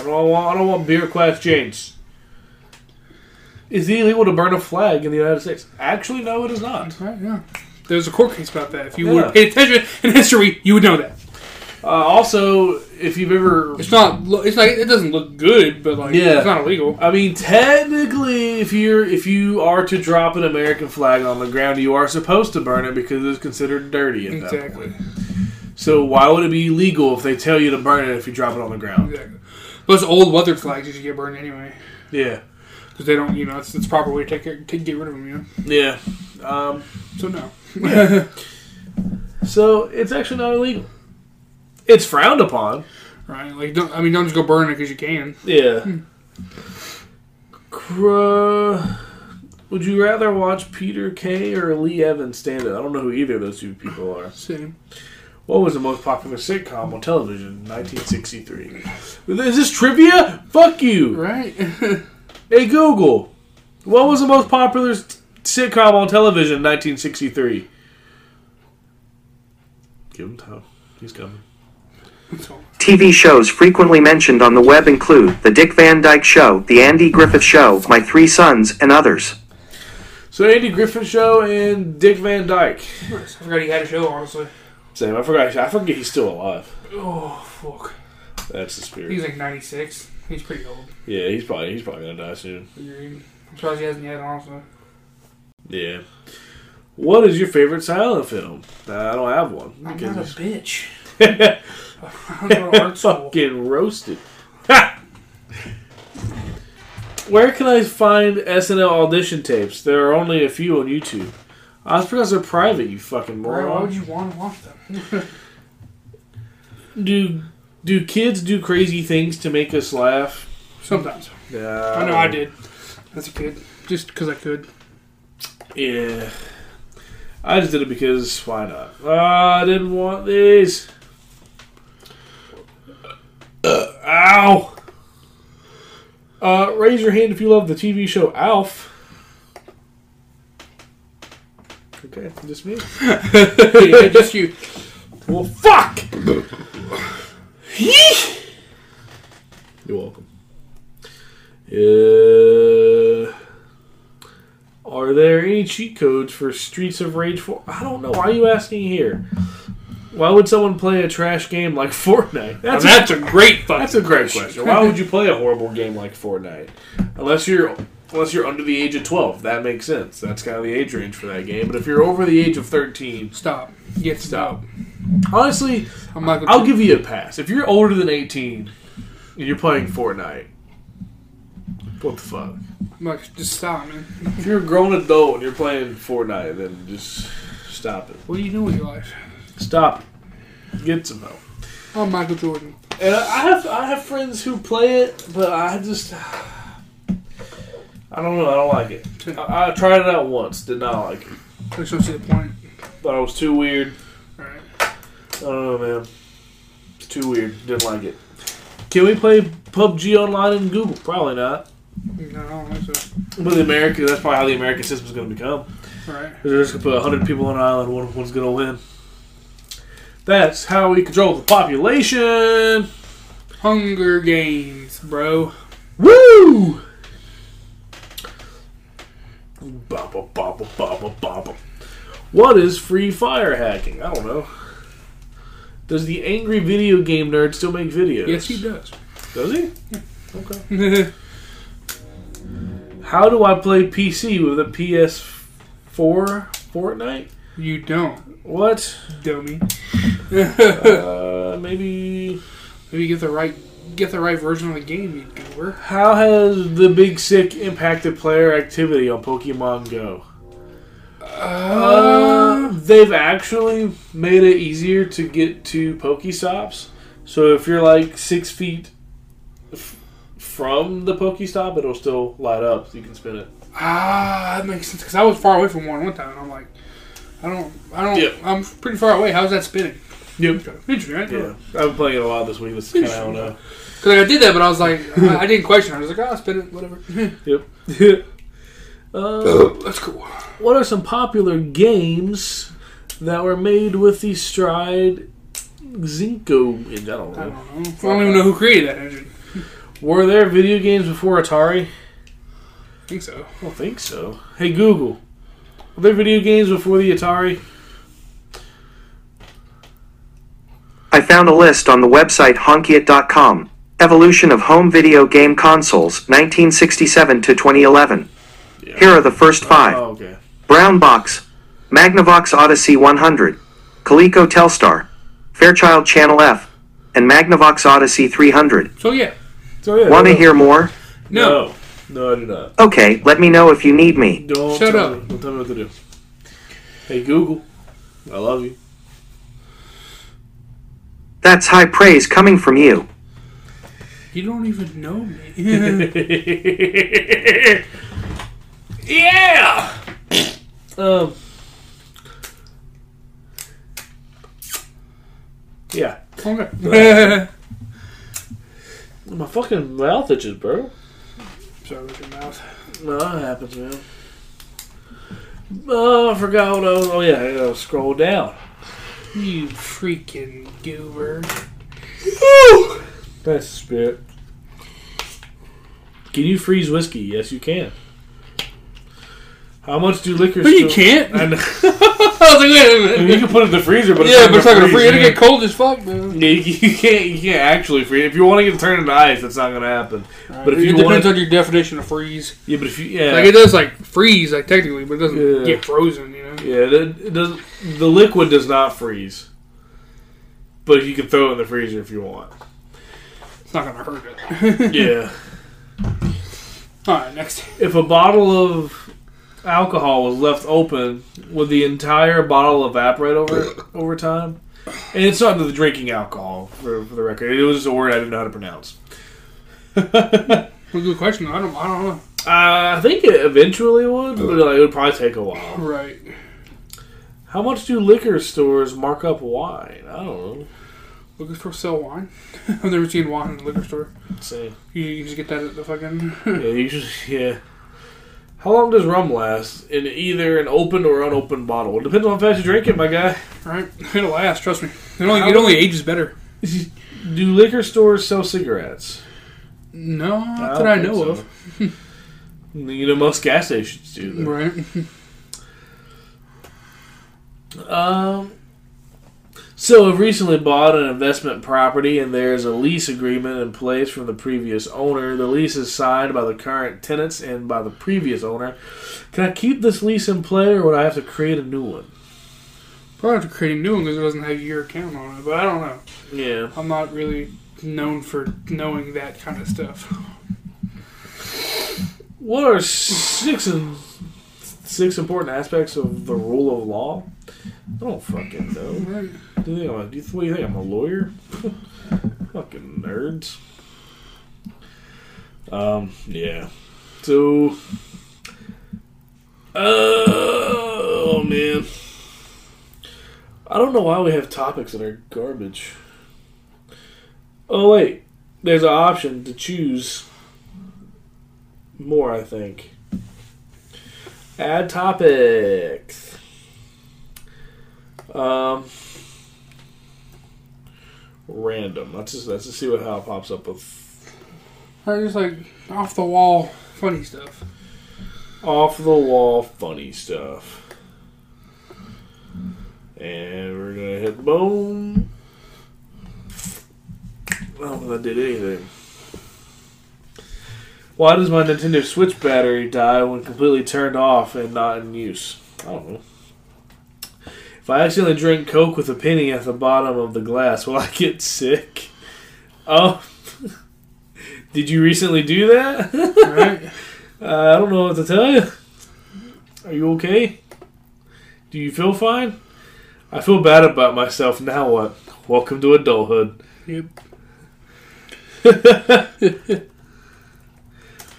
S1: I don't want. I don't want beer class chains. Is it illegal to burn a flag in the United States? Actually, no, it is not.
S3: Right, yeah. There's a court case about that. If you
S1: Yeah.
S3: would have paid attention in history, you would know that.
S1: Uh, also, if you've ever,
S3: It's not. lo- It's like it doesn't look good, but like
S1: Yeah.
S3: it's not illegal.
S1: I mean, technically, if you're if you are to drop an American flag on the ground, you are supposed to burn it because it's considered dirty at that
S3: Exactly.
S1: point. So why would it be illegal if they tell you to burn it if you drop it on the ground?
S3: Exactly. Those old weathered flags you should get burned anyway
S1: Yeah.
S3: because they don't. You know, it's, it's the proper way to take care, to get rid of them. You know.
S1: Yeah. Um,
S3: So no.
S1: so it's actually not illegal. It's frowned upon.
S3: Right. Like don't. I mean, don't just go burn it because you can.
S1: Yeah. Cr- would you rather watch Peter Kay or Lee Evans stand up? I don't know who either of those two people are.
S3: Same.
S1: What was the most popular sitcom on television in 1963? Is this trivia? Fuck you!
S3: Right. [LAUGHS]
S1: Hey Google, what was the most popular s- sitcom on television in 1963? Give him time. He's coming.
S3: So,
S4: TV shows frequently mentioned on the web include The Dick Van Dyke Show, The Andy Griffith Show, My Three Sons, and others.
S1: So Andy Griffin Show and Dick Van Dyke.
S3: I forgot he had a show. Honestly.
S1: Same. I forgot. I forget he's still alive.
S3: Oh fuck.
S1: That's the spirit.
S3: He's like 96. He's pretty old.
S1: yeah, he's probably he's probably gonna die soon.
S3: Agreed. I'm surprised he hasn't yet. Honestly.
S1: Yeah. What is your favorite silent film? I don't have one.
S3: I'm not a
S1: Because- [LAUGHS]
S3: bitch. I'm going to [LAUGHS] art school.
S1: fucking roasted. Ha! Where can I find SNL audition tapes? There are only a few on YouTube. Oh, it's because they're private, you fucking
S3: Bro, why
S1: moron.
S3: would you want to watch them?
S1: do do kids do crazy things to make us laugh?
S3: Sometimes.
S1: No.
S3: I know I did as a kid, just because I could.
S1: Yeah. I just did it because why not? Ah, I didn't want these. Uh, ow! Uh, raise your hand if you love the TV show Alf. Okay, just [LAUGHS] me.
S3: Yeah, just you.
S1: Well, fuck! Yeesh. You're welcome. Uh, are there any cheat codes for Streets of Rage 4? I don't know. Why are you asking here? Why would someone play a trash game like [LAUGHS] Fortnite? That's,
S3: Now
S1: a,
S3: that's a great fucking
S1: that's a great question. Why would you play a horrible game like Fortnite? Unless you're unless you're under the age of 12. That makes sense. That's kind of the age range for that game. But if you're over the age of 13,
S3: Stop. Get
S1: Stop.
S3: stop.
S1: honestly,
S3: I'm Michael.
S1: I'll give you a pass. If you're older than 18 and you're playing Fortnite, what the fuck?
S3: I'm like, just stop, man.
S1: If you're a grown adult and you're playing Fortnite, then just stop it.
S3: What do you do with your life?
S1: Stop it. Get some help.
S3: I'm Michael Jordan.
S1: And I I have I have friends who play it, but I just I don't know. I don't like it. I, I tried it out once, did not like it.
S3: I just don't see the point.
S1: Thought it was too weird.
S3: All right.
S1: I don't know, man. It's too weird. Didn't like it. Can we play PUBG online in Google? Probably not.
S3: No, I don't think so.
S1: But the America, that's probably how the American system's going to become.
S3: All right.
S1: They're just going to put 100 people on an island, one, one's going to win. That's how we control the population.
S3: Hunger Games, bro.
S1: Woo! Boppa, boppa, boppa, boppa. What is free fire hacking? I don't know. Does the angry video game nerd still make videos?
S3: Yes, he does. [LAUGHS]
S1: Does he? Okay. How do I play PC with a PS4 Fortnite?
S3: you don't,
S1: What?
S3: [LAUGHS] dummy.
S1: Uh, maybe.
S3: Maybe get the right get the right version of the game, you doer.
S1: How has the Big Sick impacted player activity on Pokemon Go? Uh, they've actually made it easier to get to Pokestops. So if you're like six feet f- from the Pokestop, it'll still light up. So you can spin it.
S3: Ah, that makes sense. Cause I was far away from one one time, and I'm like, I don't, I don't,
S1: Yeah.
S3: I'm pretty far away. How's that spinning?
S1: Yep.
S3: Interesting, right?
S1: Yeah, I've been playing it a lot this week. This kind of how I know.
S3: Cause like, I did that, but I was like, I, I didn't question. it. I was like, oh, spin it, whatever. [LAUGHS]
S1: Yep. [LAUGHS] uh,
S3: That's cool.
S1: what are some popular games that were made with the Stride Zinco? I don't know.
S3: I don't know. I don't even know who created that engine.
S1: Were there video games before Atari?
S3: I think so.
S1: I don't think so. Hey Google, were there video games before the Atari?
S4: I found a list on the website honkyit.com. Evolution of home video game consoles, 1967 to 2011. Here are the first five.
S1: Oh, okay.
S4: Brown Box, Magnavox Odyssey 100, Coleco Telstar, Fairchild Channel F, and Magnavox Odyssey 300.
S3: So yeah,
S1: So yeah.
S4: Want to hear more?
S3: no,
S1: No. No, I do not.
S4: Okay, let me know if you need me.
S1: Don't
S3: Shut
S1: tell
S3: up.
S1: Me, don't tell me what to do. Hey Google, I love you. [LAUGHS]
S4: That's high praise coming from you.
S3: you don't even know [LAUGHS] me.
S1: yeah. Um. Yeah.
S3: okay.
S1: My fucking mouth itches, bro.
S3: Sorry with your mouth.
S1: No, that happens, man. Oh, I forgot what I was. Oh yeah, I gotta scroll down.
S3: You freaking goober.
S1: That's the spirit. Can you freeze whiskey? Yes, you can. How much do liquor?
S3: But you
S1: store- [LAUGHS]
S3: can't.
S1: I
S3: [LAUGHS] I
S1: know.
S3: was like, wait a
S1: I
S3: [LAUGHS]
S1: mean, you
S3: minute.
S1: can put it in the freezer, but
S3: Yeah, but it's not gonna
S1: freeze,
S3: freeze. It'll
S1: yeah.
S3: get cold as fuck, man.
S1: Yeah, you, you can't. You can't actually freeze. If you want to get turned into ice, that's not gonna happen. But if
S3: it
S1: you
S3: depends
S1: want,
S3: on your definition of freeze.
S1: yeah, but if you, yeah,
S3: Like it does, like freeze, like technically, but it doesn't
S1: Yeah.
S3: get frozen. You know,
S1: yeah, it, it does. The liquid does not freeze, but you can throw it in the freezer if you [LAUGHS] want.
S3: it's not gonna hurt it. [LAUGHS]
S1: Yeah.
S3: All right, next. [LAUGHS]
S1: if a bottle of alcohol was left open, would the entire bottle evaporate over over time? And it's not the drinking alcohol for, for the record. It was just a word I didn't know how to pronounce.
S3: Well, good question. I don't. I don't know.
S1: Uh, I think it eventually would, but like, it would probably take a while.
S3: Right.
S1: How much do liquor stores mark up wine? I don't know.
S3: Liquor store sell wine. [LAUGHS] I've never seen wine in a liquor store.
S1: Let's see.
S3: You, you just get that at the fucking. [LAUGHS]
S1: Yeah, usually, yeah. How long does rum last in either an open or unopened bottle? It depends on how fast you drink it, my guy.
S3: right. It'll last. Trust me. It only it only ages better.
S1: Do liquor stores sell cigarettes?
S3: No,
S1: don't
S3: not that I
S1: think
S3: know
S1: so.
S3: of.
S1: [LAUGHS] You know, most gas stations do. Though.
S3: Right.
S1: Um. So, I've recently bought an investment property, and there is a lease agreement in place from the previous owner. The lease is signed by the current tenants and by the previous owner. Can I keep this lease in play, or would I have to create a new one?
S3: Probably have to create a new one because it doesn't have your account on it. But I don't know.
S1: Yeah.
S3: I'm not really known for knowing that kind of stuff.
S1: What are six and six important aspects of the rule of law? I don't fucking know.
S3: Right.
S1: Do you think I'm a, do you, what do you think? I'm a lawyer? [LAUGHS] Fucking nerds. Um, yeah. So. Oh, man. I don't know why we have topics that are garbage. Oh, wait. There's an option to choose more, I think. Add topics. Um, random. Let's just let's just see what how it pops up with
S3: Right, just like off the wall, funny [LAUGHS] stuff.
S1: off the wall funny stuff. And we're gonna hit boom. I don't know if that did anything. Why does my Nintendo Switch battery die when completely turned off and not in use? I don't know. If I accidentally drink Coke with a penny at the bottom of the glass, will I get sick? Oh, [LAUGHS] did you recently do that? [LAUGHS]
S3: Right.
S1: Uh, I don't know what to tell you. Are you okay? Do you feel fine? I feel bad about myself. Now what? Welcome to adulthood.
S3: yep.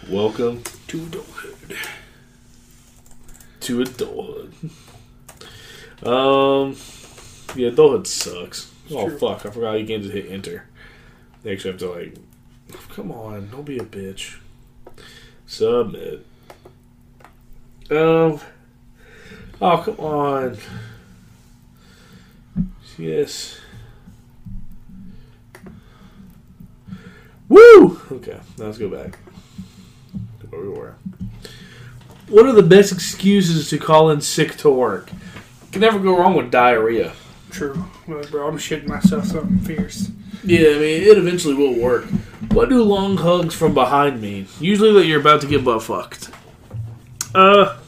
S1: Welcome
S3: Two doors.
S1: to adulthood. Um, yeah, adulthood sucks. oh
S3: true.
S1: fuck! I forgot you can't just hit enter. They actually have to like, come on, don't be a bitch. Submit. Um. Oh come on. Yes. Woo! Okay, now let's go back to where we were. What are the best excuses to call in sick to work? Can never go wrong with diarrhea.
S3: True. Well, bro, I'm shitting myself something fierce.
S1: Yeah, I mean, it eventually will work. What do long hugs from behind mean? Usually that you're about to get butt fucked. Uh,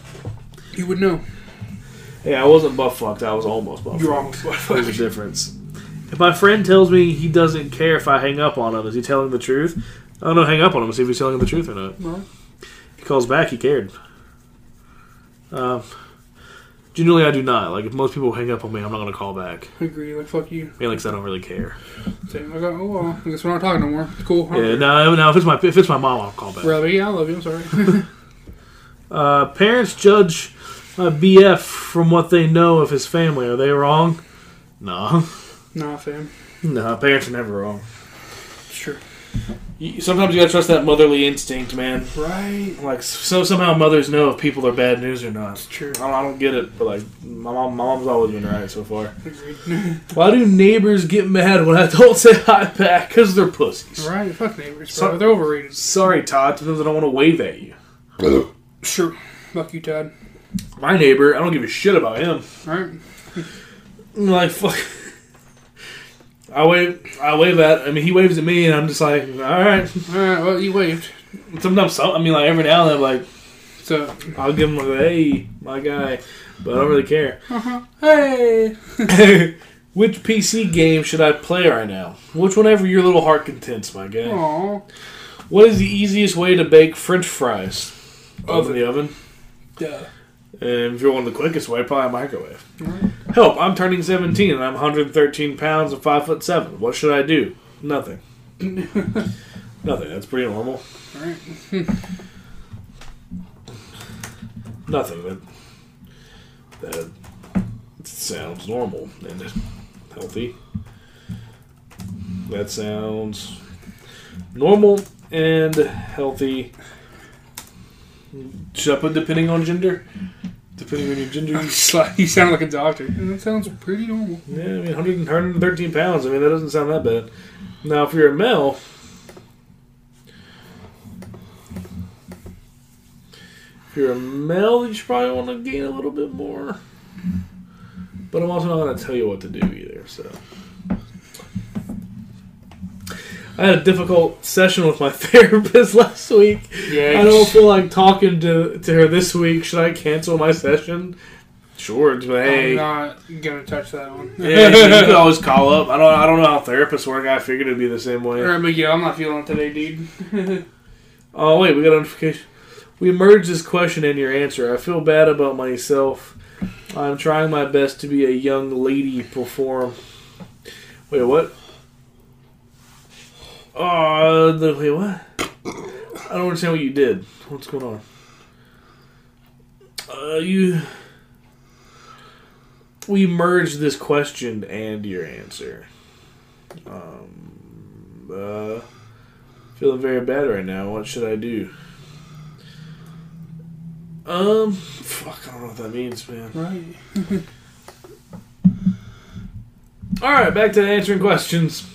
S3: You would know.
S1: yeah, I wasn't butt fucked. I was almost butt
S3: You're
S1: fucked.
S3: almost what
S1: There's a difference. If my friend tells me he doesn't care if I hang up on him, is he telling the truth? I don't know, hang up on him and see if he's telling the truth or not.
S3: [LAUGHS] Well,
S1: He calls back, he cared. Um, generally, I do not. Like, if most people hang up on me, I'm not going to call back.
S3: I agree. Like fuck you.
S1: Mainly because I don't really care.
S3: Same. I go. Oh well. I guess we're not talking no more. It's cool. Huh?
S1: Yeah, no, no. If it's my if it's my mom, I'll call back.
S3: Brother, yeah, I love you. I'm sorry. [LAUGHS]
S1: Uh, parents judge a BF from what they know of his family. Are they wrong? No, [LAUGHS]
S3: nah, fam.
S1: no. Parents are never wrong.
S3: It's true.
S1: Sometimes you gotta trust that motherly instinct, man.
S3: Right.
S1: Like so, somehow mothers know if people are bad news or not.
S3: It's true.
S1: I don't, I don't get it, but like my mom, my mom's always been right so far.
S3: Agreed.
S1: Why do neighbors get mad when [LAUGHS] I don't say hi back? Cause they're pussies.
S3: [LAUGHS] right. Fuck neighbors,
S1: So-
S3: bro. They're overrated.
S1: Sorry, Todd. Sometimes I don't want to wave at you.
S3: Sure. Fuck you, Todd.
S1: My neighbor, I don't give a shit about him.
S3: Right.
S1: I'm like fuck. [LAUGHS] I wave, I wave at. I mean, he waves at me, and I'm just like, all right.
S3: All right. Well, you waved.
S1: Sometimes, some, I mean, like every now and then, like
S3: So.
S1: I'll give him like, hey, my guy, but I don't really care. [LAUGHS]
S3: Hey.
S1: Which PC game should I play right now? Which whenever your little heart contents, my guy.
S3: Aw.
S1: What is the easiest way to bake French fries? Oven the oven.
S3: Duh.
S1: And Um, if you're on the quickest way, probably a microwave. Help! I'm turning 17 and I'm 113 pounds and five foot seven. What should I do? Nothing. Nothing. That's pretty normal.
S3: Alright.
S1: Nothing. That that sounds normal and healthy. That sounds normal and healthy. Should I put depending on gender? Depending on your gender.
S3: [LAUGHS] I'm just like, you sound like a doctor. That sounds pretty normal.
S1: Yeah, I mean, 100 and 113 pounds. I mean, that doesn't sound that bad. Now, if you're a male, if you're a male, you should probably want to gain a little bit more. But I'm also not going to tell you what to do either. So, I had a difficult session with my [LAUGHS] therapist last week. I don't feel like talking to to her this week. Should I cancel my session? Sure, but hey.
S3: I'm not gonna touch that one.
S1: Yeah, you
S3: [LAUGHS]
S1: could always call up. I don't. I don't know how therapists work. I figured it'd be the same way.
S3: Alright, Miguel, I'm not feeling it today, dude.
S1: Oh wait, we got a notification. We merged this question and your answer. I feel bad about myself. I'm trying my best to be a young lady. Perform. Wait, what? Oh, the wait, what? I don't understand what you did. What's going on? Uh, you. We merged this question and your answer. Um, uh, feeling very bad right now. What should I do? Um, fuck, I don't know what that means, man.
S3: right.
S1: [LAUGHS] All right, back to answering questions.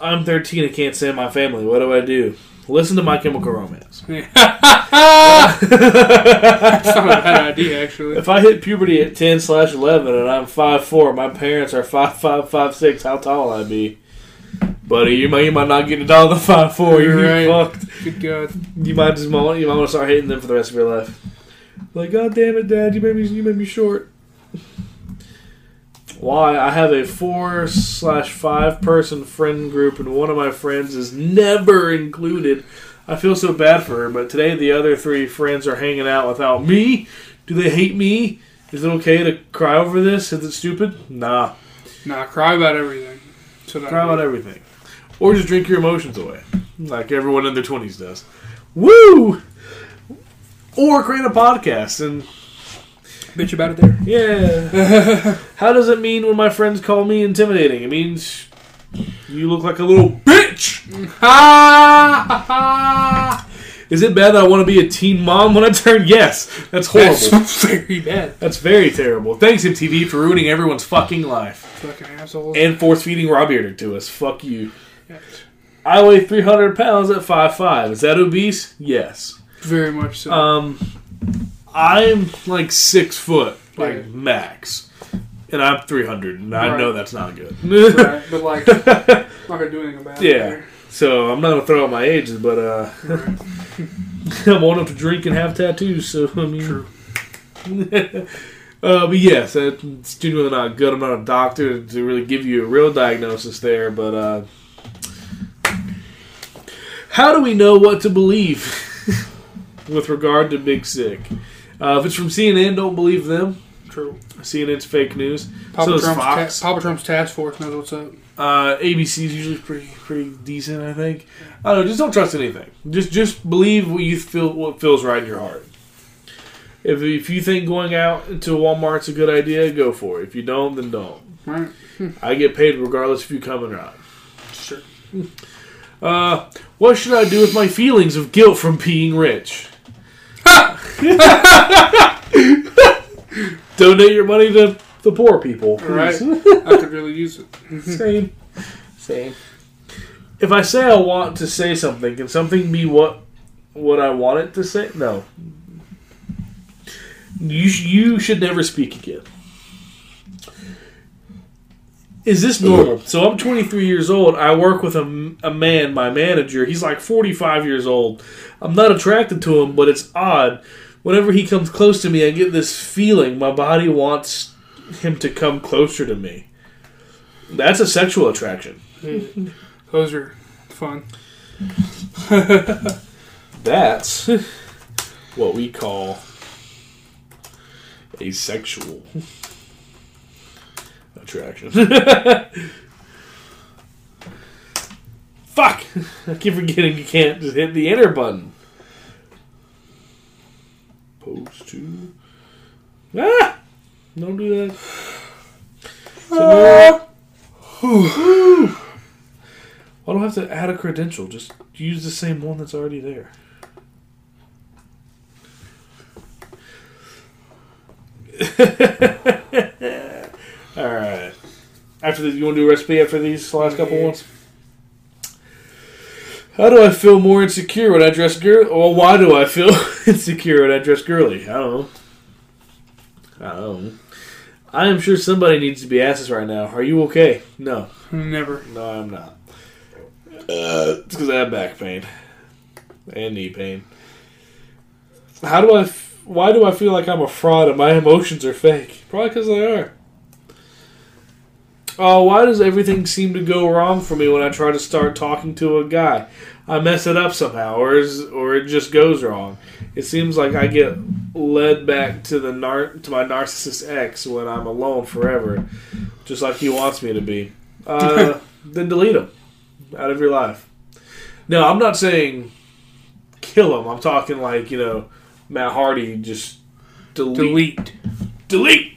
S1: I'm 13 and can't stand my family. What do I do? Listen to My Chemical Romance.
S3: [LAUGHS]
S1: [LAUGHS]
S3: That's not a bad idea, actually.
S1: If I hit puberty at 10 slash 11 and I'm 5'4", my parents are 5'5", 5'6", how tall will I be? Buddy, you might, you might not get it all the 5'4", you're
S3: You're right.
S1: fucked.
S3: Good God.
S1: You might just want, you might want to start hating them for the rest of your life. Like, God damn it, Dad, you made me, you made me short. Why? I have a four slash five person friend group, and one of my friends is never included. I feel so bad for her, but today the other three friends are hanging out without me. Do they hate me? Is it okay to cry over this? Is it stupid? Nah,
S3: Nah, cry about everything. So that
S1: cry about everything, or just drink your emotions away, like everyone in their twenties does. Woo! Or create a podcast and
S3: Bitch about it there.
S1: Yeah. How does it mean when my friends call me intimidating? It means you look like a little bitch. Is it bad that I want to be a teen mom when I turn? Yes, that's horrible.
S3: That's [LAUGHS] very bad.
S1: That's very terrible. Thanks MTV for ruining everyone's fucking life
S3: Fucking assholes.
S1: and force feeding raw bearded to us. Fuck you.
S3: Yes.
S1: I weigh 300 pounds at 5'5". Is that obese? Yes.
S3: Very much so.
S1: Um, I'm like six foot, like
S3: Yeah.
S1: max, and I'm 300, and I
S3: Right.
S1: know that's not good. [LAUGHS]
S3: right? But like, I'm not gonna do anything about
S1: Yeah.
S3: it.
S1: So I'm not gonna throw out my ages, but uh, [LAUGHS]
S3: Yeah. Right.
S1: I'm old enough to drink and have tattoos. [LAUGHS] So I mean, uh, but yes, it's genuinely not good. I'm not a doctor to really give you a real diagnosis there, but uh, how do we know what to believe [LAUGHS] with regard to Big Sick? Uh, if it's from CNN, don't believe them.
S3: True.
S1: CNN's fake news. so
S3: Papa
S1: is
S3: Trump's,
S1: Fox.
S3: ta- Papa Trump's task force knows what's up.
S1: Uh, ABC is usually pretty pretty decent, I think. I don't know. Just don't trust anything. Just just believe what you feel what feels right in your heart. If if you think going out into Walmart's a good idea, go for it. If you don't, then don't.
S3: Right.
S1: I get paid regardless if you come or not.
S3: Sure.
S1: Uh, what should I do with my feelings of guilt from being rich?
S3: [LAUGHS]
S1: Donate your money to the poor people.
S3: Right. I could really use it.
S1: Same. Same. If I say I want to say something, can something be what what I want it to say? No. You sh- you should never speak again. Is this normal? So I'm 23 years old. I work with a, m- a man, my manager. He's like 45 years old. I'm not attracted to him, but it's odd. Whenever he comes close to me, I get this feeling my body wants him to come closer to me. That's a sexual attraction.
S3: Those are fun.
S1: That's what we call a sexual attraction. [LAUGHS] Fuck! I keep forgetting you can't just hit the enter button. Post to. Ah! Don't do that. So now- Whew. Why do I have to add a credential? Just use the same one that's already there. [LAUGHS] All right. After this, you want to do a recipe after these last couple ones? How do I feel more insecure when I dress girly? Well, why do I feel [LAUGHS] insecure when I dress girly? I don't know. I don't know. I am sure somebody needs to be asked this right now. Are you okay? No.
S3: Never.
S1: No, I'm not. Uh, it's because I have back pain and knee pain. How do I? F- why do I feel like I'm a fraud and my emotions are fake? Probably because they are. Oh, why does everything seem to go wrong for me when I try to start talking to a guy? I mess it up somehow, or is, or it just goes wrong. It seems like I get led back to the nar- to my narcissist ex when I'm alone forever, just like he wants me to be. Uh, then delete them out of your life. No, I'm not saying kill them. I'm talking like you know Matt Hardy just delete
S3: Delete.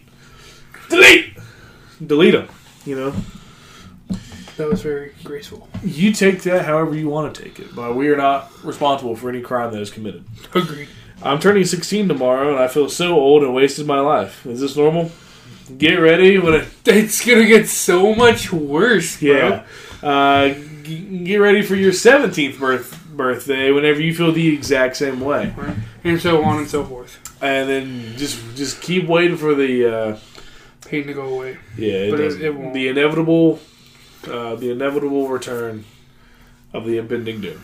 S1: delete delete delete them. You know.
S3: That was very graceful.
S1: You take that however you want to take it, but we are not responsible for any crime that is committed.
S3: Agreed.
S1: I'm turning 16 tomorrow, and I feel so old and wasted my life. Is this normal? Get ready when it,
S3: It's gonna get so much worse, bro.
S1: yeah, uh, g- get ready for your 17th birth birthday whenever you feel the exact same way,
S3: Right? And so on and so forth.
S1: and then just just keep waiting for the uh,
S3: Pain to go away.
S1: yeah it
S3: But it-
S1: doesn't-
S3: it won't.
S1: the inevitable uh, the inevitable return of the impending doom.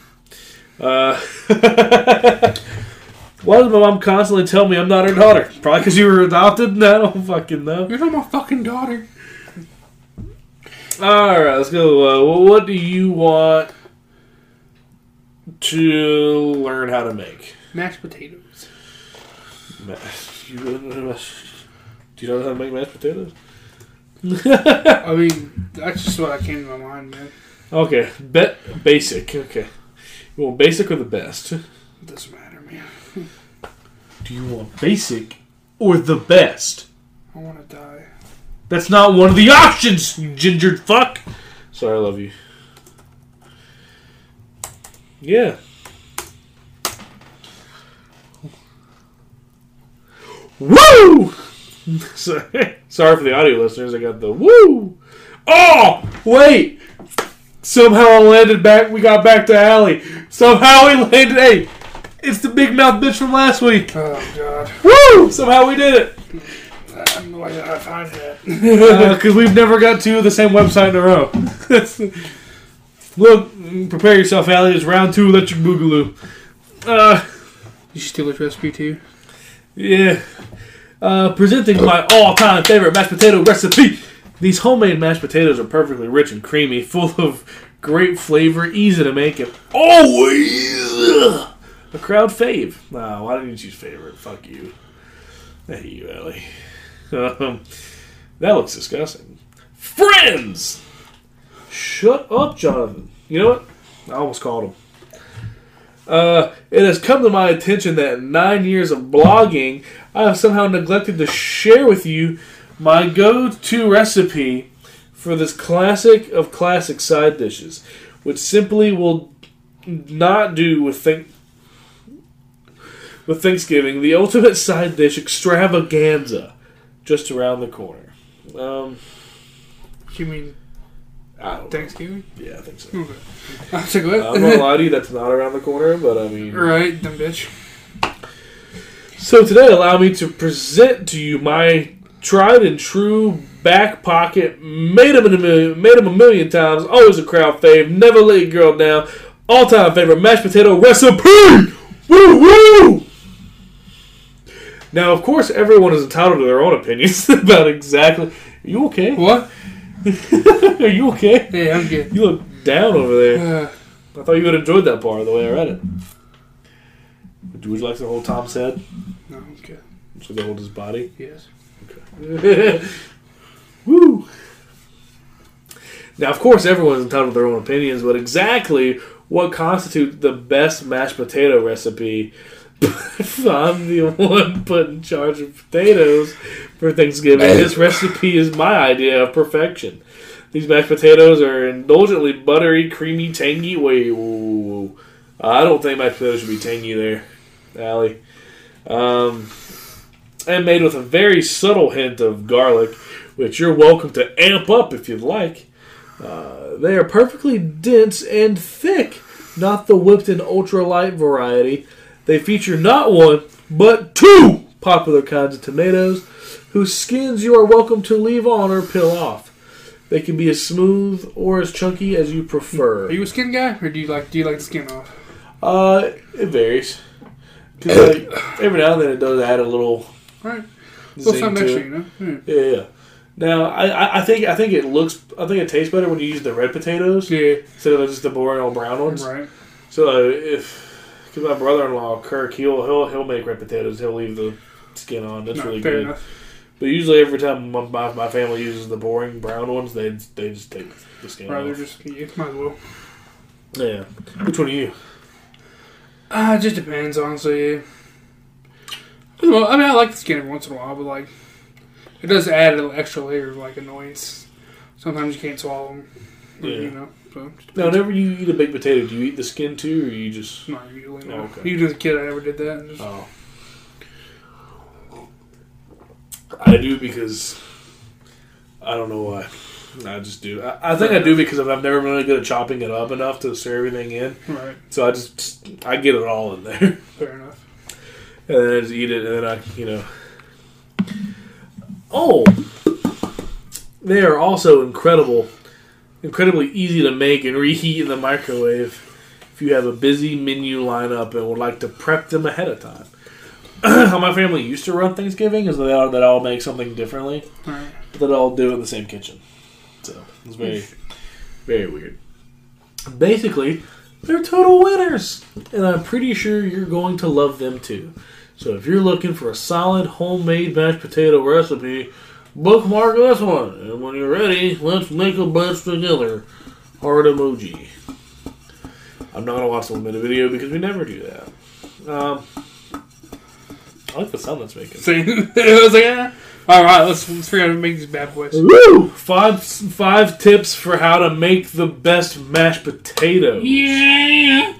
S1: Uh, [LAUGHS] why does my mom constantly tell me I'm not her daughter? Probably because you were adopted. [LAUGHS] and I don't fucking know.
S3: You're not my fucking daughter.
S1: All right, let's go. Uh, wh- what do you want to learn how to make?
S3: Mashed potatoes.
S1: Ma- [LAUGHS] You really don't know mas- Do you know how to make mashed potatoes? [LAUGHS]
S3: I mean, that's just what I came to my mind, man.
S1: Okay, bet basic. Okay, you want basic or the best?
S3: It doesn't matter, man.
S1: Do you want basic or the best?
S3: I wanna die.
S1: That's not one of the options, you gingered fuck. Sorry, I love you. Yeah. Woo! [LAUGHS] Sorry. Sorry for the audio listeners. I got the woo. Oh wait! Somehow I landed back. We got back to Allie. Somehow we landed. Hey, it's the big mouth bitch from last week.
S3: Oh, God.
S1: Woo! Somehow we did it.
S3: I don't know why I found that.
S1: [LAUGHS] because we've never got two of the same website in a row. [LAUGHS] That's- Look, prepare yourself, Allie. It's round two, Electric Boogaloo. Uh,
S3: You steal this recipe, too?
S1: yeah. Uh, presenting my all-time favorite mashed potato recipe. These homemade mashed potatoes are perfectly rich and creamy, full of great flavor, easy to make, and always ugh, a crowd fave. Nah, why didn't you choose favorite? Fuck you. I hate you, Ellie. Um, that looks disgusting. Friends! Shut up, Jonathan. You know what? I almost called him. Uh, it has come to my attention that in nine years of blogging, I have somehow neglected to share with you my go to recipe for this classic of classic side dishes, which simply will not do with think. With Thanksgiving, the ultimate side dish extravaganza just around the corner. Um,
S3: You mean
S1: I don't know.
S3: Thanksgiving? [LAUGHS]
S1: Yeah, I think so.
S3: Okay. I was like, what?
S1: I'm not gonna lie to you, that's not around the corner, but I mean.
S3: [LAUGHS] right, dumb bitch.
S1: So today, allow me to present to you my tried and true back pocket, made them a million, made 'em a million times, always a crowd fave, never let a girl down, all time favorite mashed potato recipe. Woo woo! Now, of course, everyone is entitled to their own opinions [LAUGHS] about exactly. Are you okay? [LAUGHS]
S3: What?
S1: Are you okay?
S3: Hey, I'm good. [SIGHS]
S1: You look down over there.
S3: Uh,
S1: I thought you would have enjoyed that part the way I read it. Would you, would you like to hold Tom's head?
S3: No, okay.
S1: Should I hold his body?
S3: Yes.
S1: [LAUGHS] Woo! Now, of course, everyone's entitled to their own opinions, but exactly what constitutes the best mashed potato recipe? [LAUGHS] if I'm the one put in charge of potatoes for Thanksgiving, this recipe is my idea of perfection. These mashed potatoes are indulgently buttery, creamy, tangy. Wait, whoa, whoa, whoa. I don't think mashed potatoes should be tangy there, Allie. Um, and made with a very subtle hint of garlic, which you're welcome to amp up if you'd like. Uh, they are perfectly dense and thick, not the whipped and ultralight variety. They feature not one, but two popular kinds of tomatoes, whose skins you are welcome to leave on or peel off. They can be as smooth or as chunky as you prefer.
S3: Are you a skin guy, or do you like do you like the skin off?
S1: Uh, it varies. 'Cause, like, every now and then it does add a little
S3: All right. Well,
S1: zing
S3: something
S1: to
S3: extra,
S1: it.
S3: you know. Hmm.
S1: Yeah, yeah. Now I, I- I think I think it looks I think it tastes better when you use the red potatoes
S3: Yeah.
S1: instead of just the boring old brown ones.
S3: Right.
S1: So uh, if because my brother-in-law Kirk he'll he'll he'll make red potatoes he'll leave the skin on that's
S3: No,
S1: really
S3: fair
S1: good.
S3: enough.
S1: But usually every time my, my, my family uses the boring brown ones they they just take the skin
S3: Rather
S1: off.
S3: just yeah, might as well.
S1: Yeah. Which one are you?
S3: Uh, it just depends, honestly. Well, I mean, I like the skin every once in a while, but like, it does add an extra layer of like annoyance. Sometimes you can't swallow them.
S1: Yeah.
S3: You know. So just
S1: Now whenever you eat a big potato do you eat the skin too or you just
S3: Not usually. No.
S1: Oh, okay.
S3: Even as a kid, I never did that. Just,
S1: oh. I do because I don't know why. I just do. I, I think I do because I've never been really good at chopping it up enough to stir everything in.
S3: Right.
S1: So I just I get it all in there. [LAUGHS]
S3: Fair enough. [LAUGHS]
S1: And then I just eat it, and then I, you know. Oh! They are also incredible. Incredibly easy to make and reheat in the microwave if you have a busy menu lineup and would like to prep them ahead of time. [CLEARS THROAT] How my family used to run Thanksgiving is that they all, they'd all make something differently,
S3: All right.
S1: but they'd all do it in the same kitchen. So it's very, very weird. Basically, they're total winners, and I'm pretty sure you're going to love them too. So if you're looking for a solid homemade mashed potato recipe, bookmark this one. And when you're ready, let's make a bunch together. Heart emoji. I'm not gonna watch the one minute video because we never do that. Um, I like the sound that's making.
S3: So I was like, eh. all right, let's let's figure out how to make these bad boys.
S1: Woo! Five five tips for how to make the best mashed potatoes.
S3: Yeah.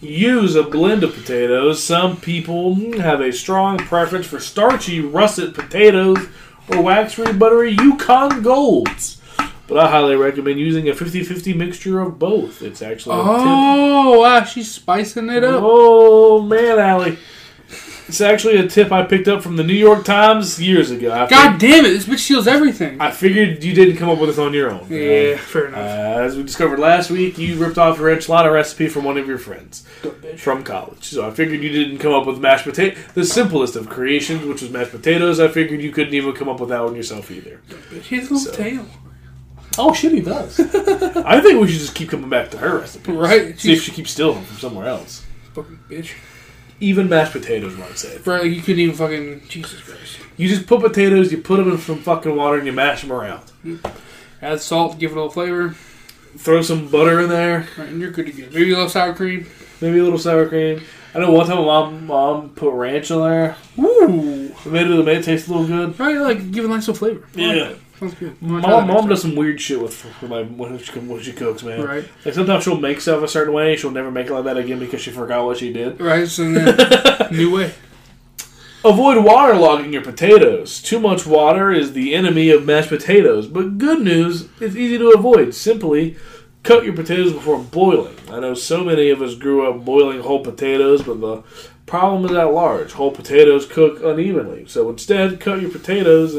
S1: Use a blend of potatoes. Some people have a strong preference for starchy russet potatoes or waxy buttery Yukon Golds. But I highly recommend using a 50-50 mixture of both. It's actually a tip.
S3: Oh wow, she's spicing it up.
S1: Oh man, Allie. It's actually a tip I picked up from the New York Times years ago. I, fig-
S3: God damn it, this bitch steals everything.
S1: I figured you didn't come up with this on your own.
S3: yeah, fair
S1: Uh,
S3: enough.
S1: as we discovered last week, you ripped off your enchilada recipe from one of your friends from college. So I figured you didn't come up with mashed potato, the simplest of creations, which was mashed potatoes. I figured you couldn't even come up with that one yourself either.
S3: She has a little
S1: so-
S3: tail,
S1: Oh shit, he does. I think we should just keep coming back to her recipe.
S3: right?
S1: See if
S3: She's
S1: she keeps stealing them from somewhere else.
S3: [LAUGHS] fucking bitch.
S1: Even mashed potatoes, might say.
S3: Bro, you couldn't even fucking Jesus Christ.
S1: You just put potatoes, you put them in some fucking water, and you mash them around.
S3: Add salt, give it a little flavor,
S1: Throw some butter in there.
S3: right, and you're good to go. Maybe a little sour cream.
S1: Maybe a little sour cream. I know one time my mom, mom put ranch in there.
S3: Woo!
S1: It made it, it made it taste a little good.
S3: Right, like give it a nice little flavor. I like
S1: Yeah.
S3: that. sounds good. I'm gonna try
S1: Mom,
S3: that
S1: mom
S3: next
S1: does some weird shit with, with my when she, co- when she cooks, man.
S3: time. Right,
S1: Like sometimes she'll make stuff a certain way, she'll never make it like that again because she forgot what she did.
S3: right. So yeah. [LAUGHS] new way.
S1: Avoid waterlogging your potatoes. Too much water is the enemy of mashed potatoes. But good news, it's easy to avoid. Simply cut your potatoes before boiling. I know so many of us grew up boiling whole potatoes, but the problem is at large. Whole potatoes cook unevenly. So instead, cut your potatoes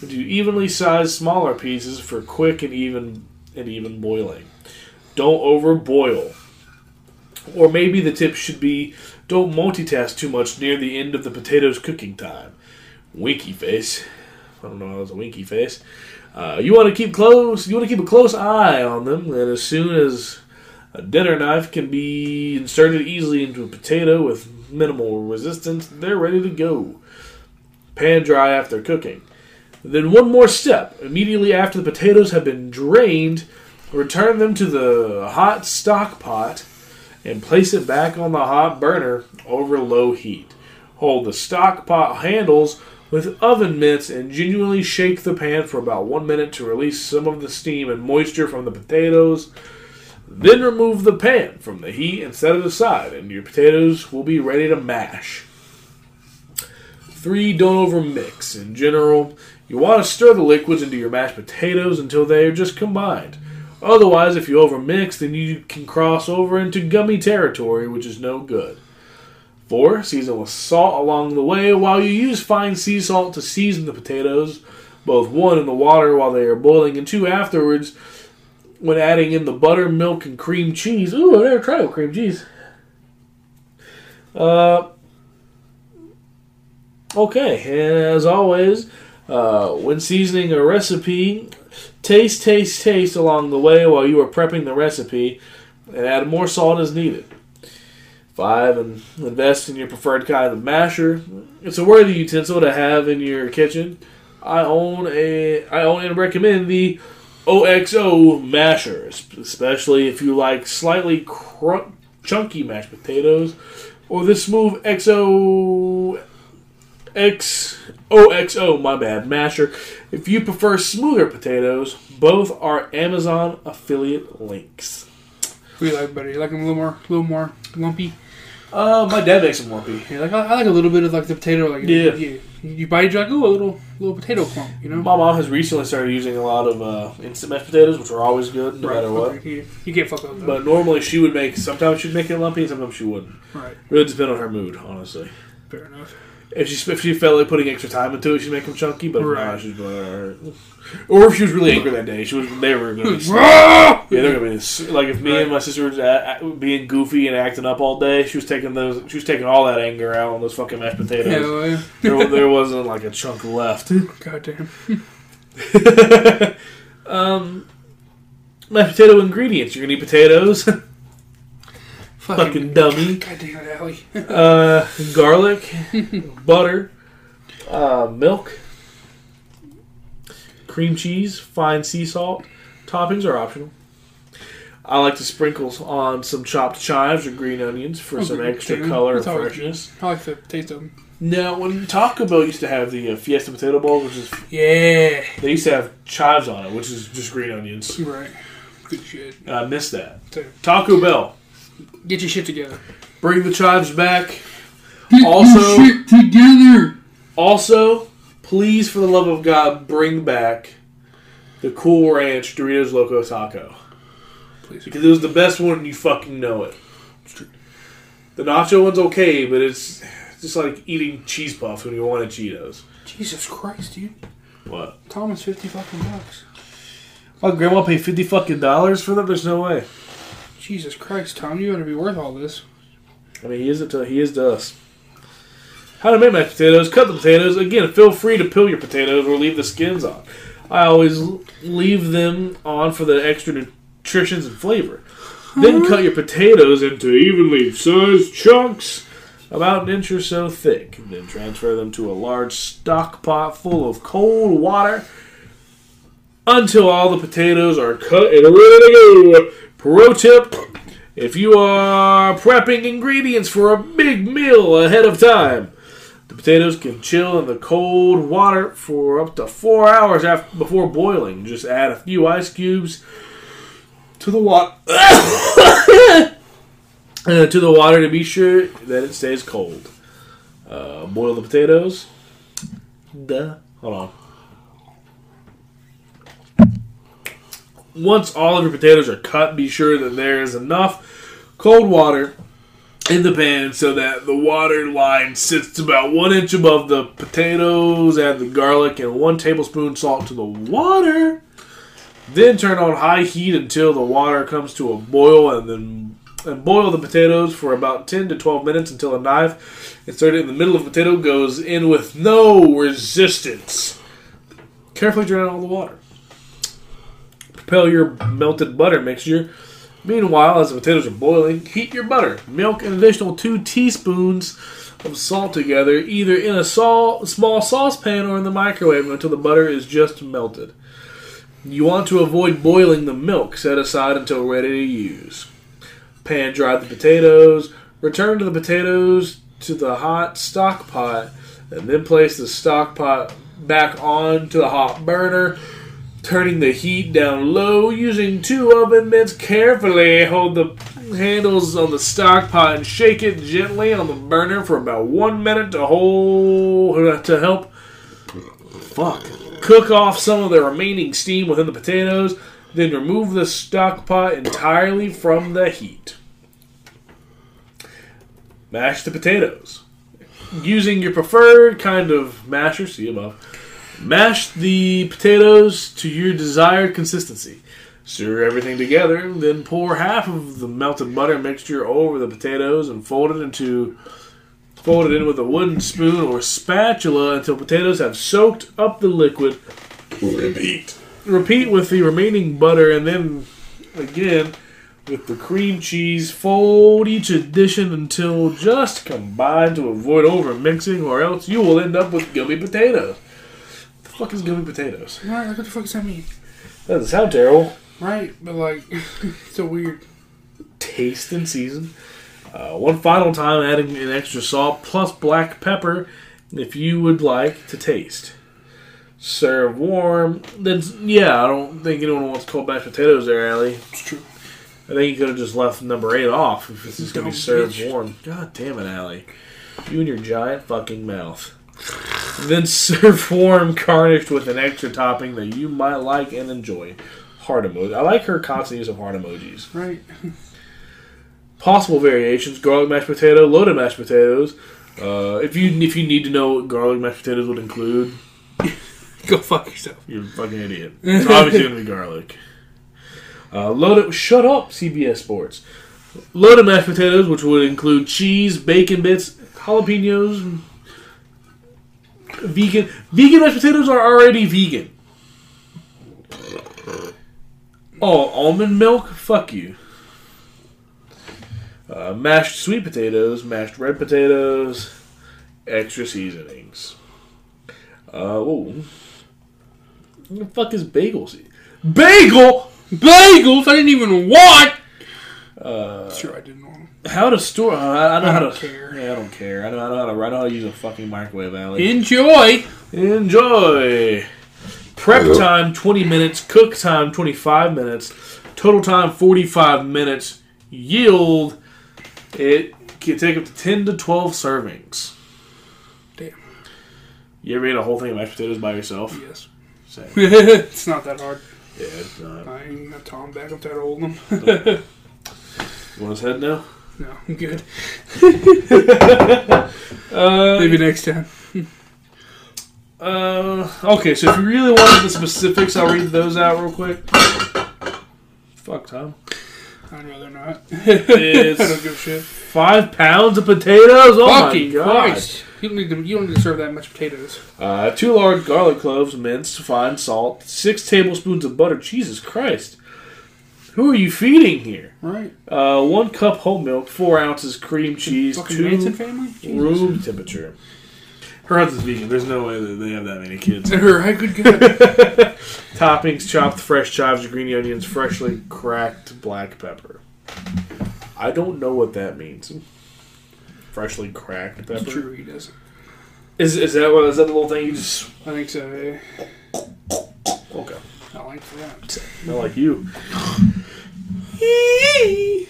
S1: into evenly sized smaller pieces for quick and even and even boiling. Don't overboil. Or maybe the tip should be don't multitask too much near the end of the potatoes cooking time. Winky face. I don't know. That was a winky face. Uh, you want to keep close. You want to keep a close eye on them, and as soon as A dinner knife can be inserted easily into a potato with minimal resistance. They're ready to go. Pan dry after cooking. Then one more step. Immediately after the potatoes have been drained, return them to the hot stock pot and place it back on the hot burner over low heat. Hold the stock pot handles with oven mitts and genuinely shake the pan for about one minute to release some of the steam and moisture from the potatoes. Then remove the pan from the heat and set it aside, and your potatoes will be ready to mash. Three, don't overmix. In general, you want to stir the liquids into your mashed potatoes until they are just combined. Otherwise, if you overmix, then you can cross over into gummy territory, which is no good. Four, season with salt along the way. While you use fine sea salt to season the potatoes, both one in the water while they are boiling and two afterwards, when adding in the butter, milk, and cream cheese. Ooh, I never tried with cream cheese. Uh, okay, and as always, uh, when seasoning a recipe, taste, taste, taste along the way while you are prepping the recipe, and add more salt as needed. Five, and invest in your preferred kind of masher. It's a worthy utensil to have in your kitchen. I own a, I own and recommend the OXO masher, especially if you like slightly crunk, chunky mashed potatoes, or the smooth XO X OXO, my bad, masher. If you prefer smoother potatoes, both are Amazon affiliate links.
S3: What do you like better? You like them a little more, a little more lumpy.
S1: Uh, my dad makes them lumpy.
S3: Yeah, like I, I like a little bit of like the potato. Like
S1: Yeah.
S3: you, you, you bite, you're like ooh, a little little potato clump. You know,
S1: My mom has recently started using a lot of uh, instant mashed potatoes, which are always good no
S3: Right,
S1: matter what.
S3: okay, You, you can't fuck up. Though.
S1: But normally she would make. Sometimes she'd make it lumpy, sometimes she wouldn't.
S3: right,
S1: Really depend on her mood, honestly.
S3: fair [LAUGHS] enough.
S1: If she if she felt like putting extra time into it, she'd make them chunky. But right.
S3: Right.
S1: she'd be like, all right. Or if she was really angry that day, she was they were [LAUGHS] going to be
S3: Ah!
S1: yeah they're going to be like if me and my sister was at, at- being goofy and acting up all day, she was taking those she was taking all that anger out on those fucking mashed
S3: Yeah,
S1: potatoes.
S3: well, yeah.
S1: [LAUGHS] there, there wasn't like a chunk left.
S3: Goddamn.
S1: um, mashed potato ingredients: you're going to need potatoes, [LAUGHS] fucking dummy.
S3: [LAUGHS] Goddamn it, Allie.
S1: uh,
S3: [LAUGHS]
S1: garlic, butter, uh, milk, cream cheese, fine sea salt. Toppings are optional. I like to sprinkle on some chopped chives or green onions for
S3: Oh, [LAUGHS]
S1: some
S3: green
S1: extra
S3: onion.
S1: color and
S3: That's always
S1: freshness.
S3: I like the taste of them.
S1: Now, when Taco Bell used to have the uh, Fiesta Potato Bowl, which is
S3: Yeah.
S1: they used to have chives on it, which is just green onions.
S3: Right. Good shit.
S1: And I missed that.
S3: Dude.
S1: Taco Bell,
S3: Get your shit together.
S1: bring the chives back. Also,
S3: shit together.
S1: Also, please, for the love of God, bring back the Cool Ranch Doritos Loco Taco.
S3: Please.
S1: Because it was the best one, and you fucking know it. The nacho one's okay, but it's just like eating cheese puffs when you wanted Cheetos.
S3: Jesus Christ, dude.
S1: What?
S3: Thomas, fifty fucking bucks.
S1: My grandma paid fifty fucking dollars for them. There's no way.
S3: Jesus Christ, Tom, you better be worth all this.
S1: I mean, he is it to he is to us. How to make mashed potatoes? Cut the potatoes. Again, feel free to peel your potatoes or leave the skins on. I always l- leave them on for the extra nutrition and flavor. Then cut your potatoes into evenly sized chunks, about an inch or so thick. Then transfer them to a large stock pot full of cold water until all the potatoes are cut and ready to go. Pro tip if you are prepping ingredients for a big meal ahead of time, the potatoes can chill in the cold water for up to four hours after, before boiling. Just add a few ice cubes to the [COUGHS] water. to the water to be sure that it stays cold. Uh, boil the potatoes. Duh. Hold on. Once all of your potatoes are cut, be sure that there is enough cold water in the pan so that the water line sits about one inch above the potatoes. Add the garlic and one tablespoon salt to the water. Then turn on high heat until the water comes to a boil, and then and boil the potatoes for about 10 to 12 minutes until a knife inserted in the middle of the potato goes in with no resistance. Carefully drain out all the water. Propel your melted butter mixture Meanwhile, as the potatoes are boiling, heat your butter, milk, and additional two teaspoons of salt together, either in a saw, small saucepan or in the microwave until the butter is just melted. You want to avoid boiling the milk, set aside until ready to use. Pan dry the potatoes, return to the potatoes to the hot stock pot, and then place the stock pot back onto the hot burner turning the heat down low using two oven mitts carefully hold the handles on the stock pot and shake it gently on the burner for about one minute to hold to help fuck cook off some of the remaining steam within the potatoes then remove the stock pot entirely from the heat mash the potatoes using your preferred kind of masher see above Mash the potatoes to your desired consistency. Stir everything together, then pour half of the melted butter mixture over the potatoes and fold it into fold it in with a wooden spoon or spatula until potatoes have soaked up the liquid. Repeat. Repeat with the remaining butter and then again with the cream cheese. Fold each addition until just combined to avoid over mixing or else you will end up with gummy potatoes fuck is gummy potatoes?
S3: Right, like, what the fuck does that mean?
S1: That doesn't sound terrible.
S3: Right, but like, [LAUGHS] it's so weird.
S1: Taste and season. Uh, one final time, adding an extra salt plus black pepper if you would like to taste. Serve warm. Then yeah, I don't think anyone wants cold mashed potatoes there, Allie.
S3: It's true.
S1: I think you could have just left number eight off if it's just gonna be
S3: Dumb
S1: served
S3: bitch.
S1: warm. God damn it, Allie. You and your giant fucking mouth. Then [LAUGHS] serve warm garnished with an extra topping that you might like and enjoy. Heart emoji. I like her constant use of heart emojis.
S3: Right.
S1: Possible variations: garlic mashed potato, loaded mashed potatoes. Uh, if you if you need to know what garlic mashed potatoes would include,
S3: Go fuck yourself.
S1: you're a fucking idiot. It's obviously going to be garlic. Uh, loaded. Shut up, CBS Sports. Loaded mashed potatoes, which would include cheese, bacon bits, jalapenos. Vegan vegan mashed potatoes are already vegan. Oh, almond milk? Fuck you. Uh, mashed sweet potatoes, mashed red potatoes, extra seasonings. Uh, ooh. What the fuck is bagel? se- Bagel?
S3: Bagels? I didn't even want.
S1: Uh,
S3: Sure, I didn't want. 'em.
S1: how to store? Uh, I I know
S3: I
S1: how
S3: don't
S1: to.
S3: care.
S1: Yeah, I don't care. I know, I know how to. I know how to use a fucking microwave, Allie.
S3: Enjoy.
S1: Enjoy. Prep time twenty minutes. Cook time twenty five minutes. Total time forty five minutes. Yield. It can take up to ten to twelve servings.
S3: Damn.
S1: You ever ate a whole thing of mashed potatoes by yourself?
S3: [LAUGHS] Yes.
S1: Same. Yeah,
S3: it's not that hard.
S1: it's not.
S3: I ain't got Tom back up that old one.
S1: You want his head now?
S3: No, I'm good.
S1: Uh,
S3: Maybe next time.
S1: Uh, okay, so if you really wanted the specifics, I'll read those out real quick. Fuck, Tom.
S3: I'd rather not. [LAUGHS] I don't
S1: It's
S3: give a
S1: [LAUGHS]
S3: shit.
S1: five pounds of potatoes. Oh
S3: Fucking
S1: my god!
S3: Christ. You don't, need to, you don't need to serve that much potatoes.
S1: Uh, two large garlic cloves, minced, fine salt, six tablespoons of butter. Jesus Christ! Who are you feeding here?
S3: Right.
S1: Uh, one cup whole milk, four ounces cream cheese,
S3: Fucking Manson
S1: two
S3: family? Jesus.
S1: room temperature. Her husband's vegan. There's no way that they have that many kids.
S3: [LAUGHS] Right,
S1: [LAUGHS]
S3: good God.
S1: Toppings: chopped fresh chives, green onions, freshly cracked black pepper. I don't know what that means. Freshly cracked pepper.
S3: It's true, he doesn't.
S1: Is is that what is that the little thing you just
S3: I think so, yeah.
S1: okay?
S3: I like that.
S1: Not like you. [LAUGHS]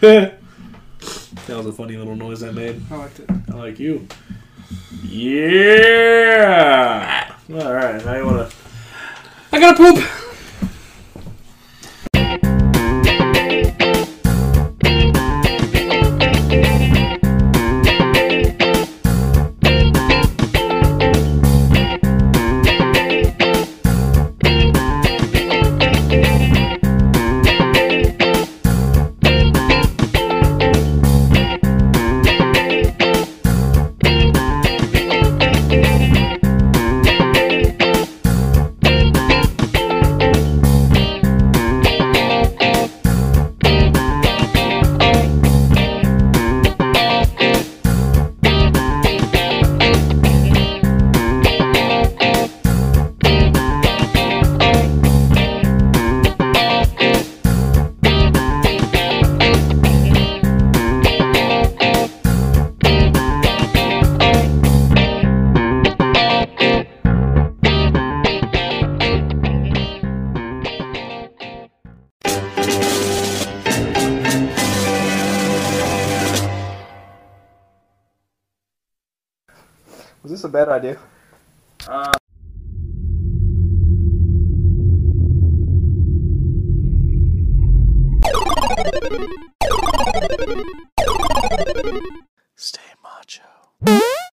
S1: that was a funny little noise I made.
S3: I liked it.
S1: I like you. Yeah. All right. Now you wanna.
S3: I gotta poop!
S5: Was this a bad idea?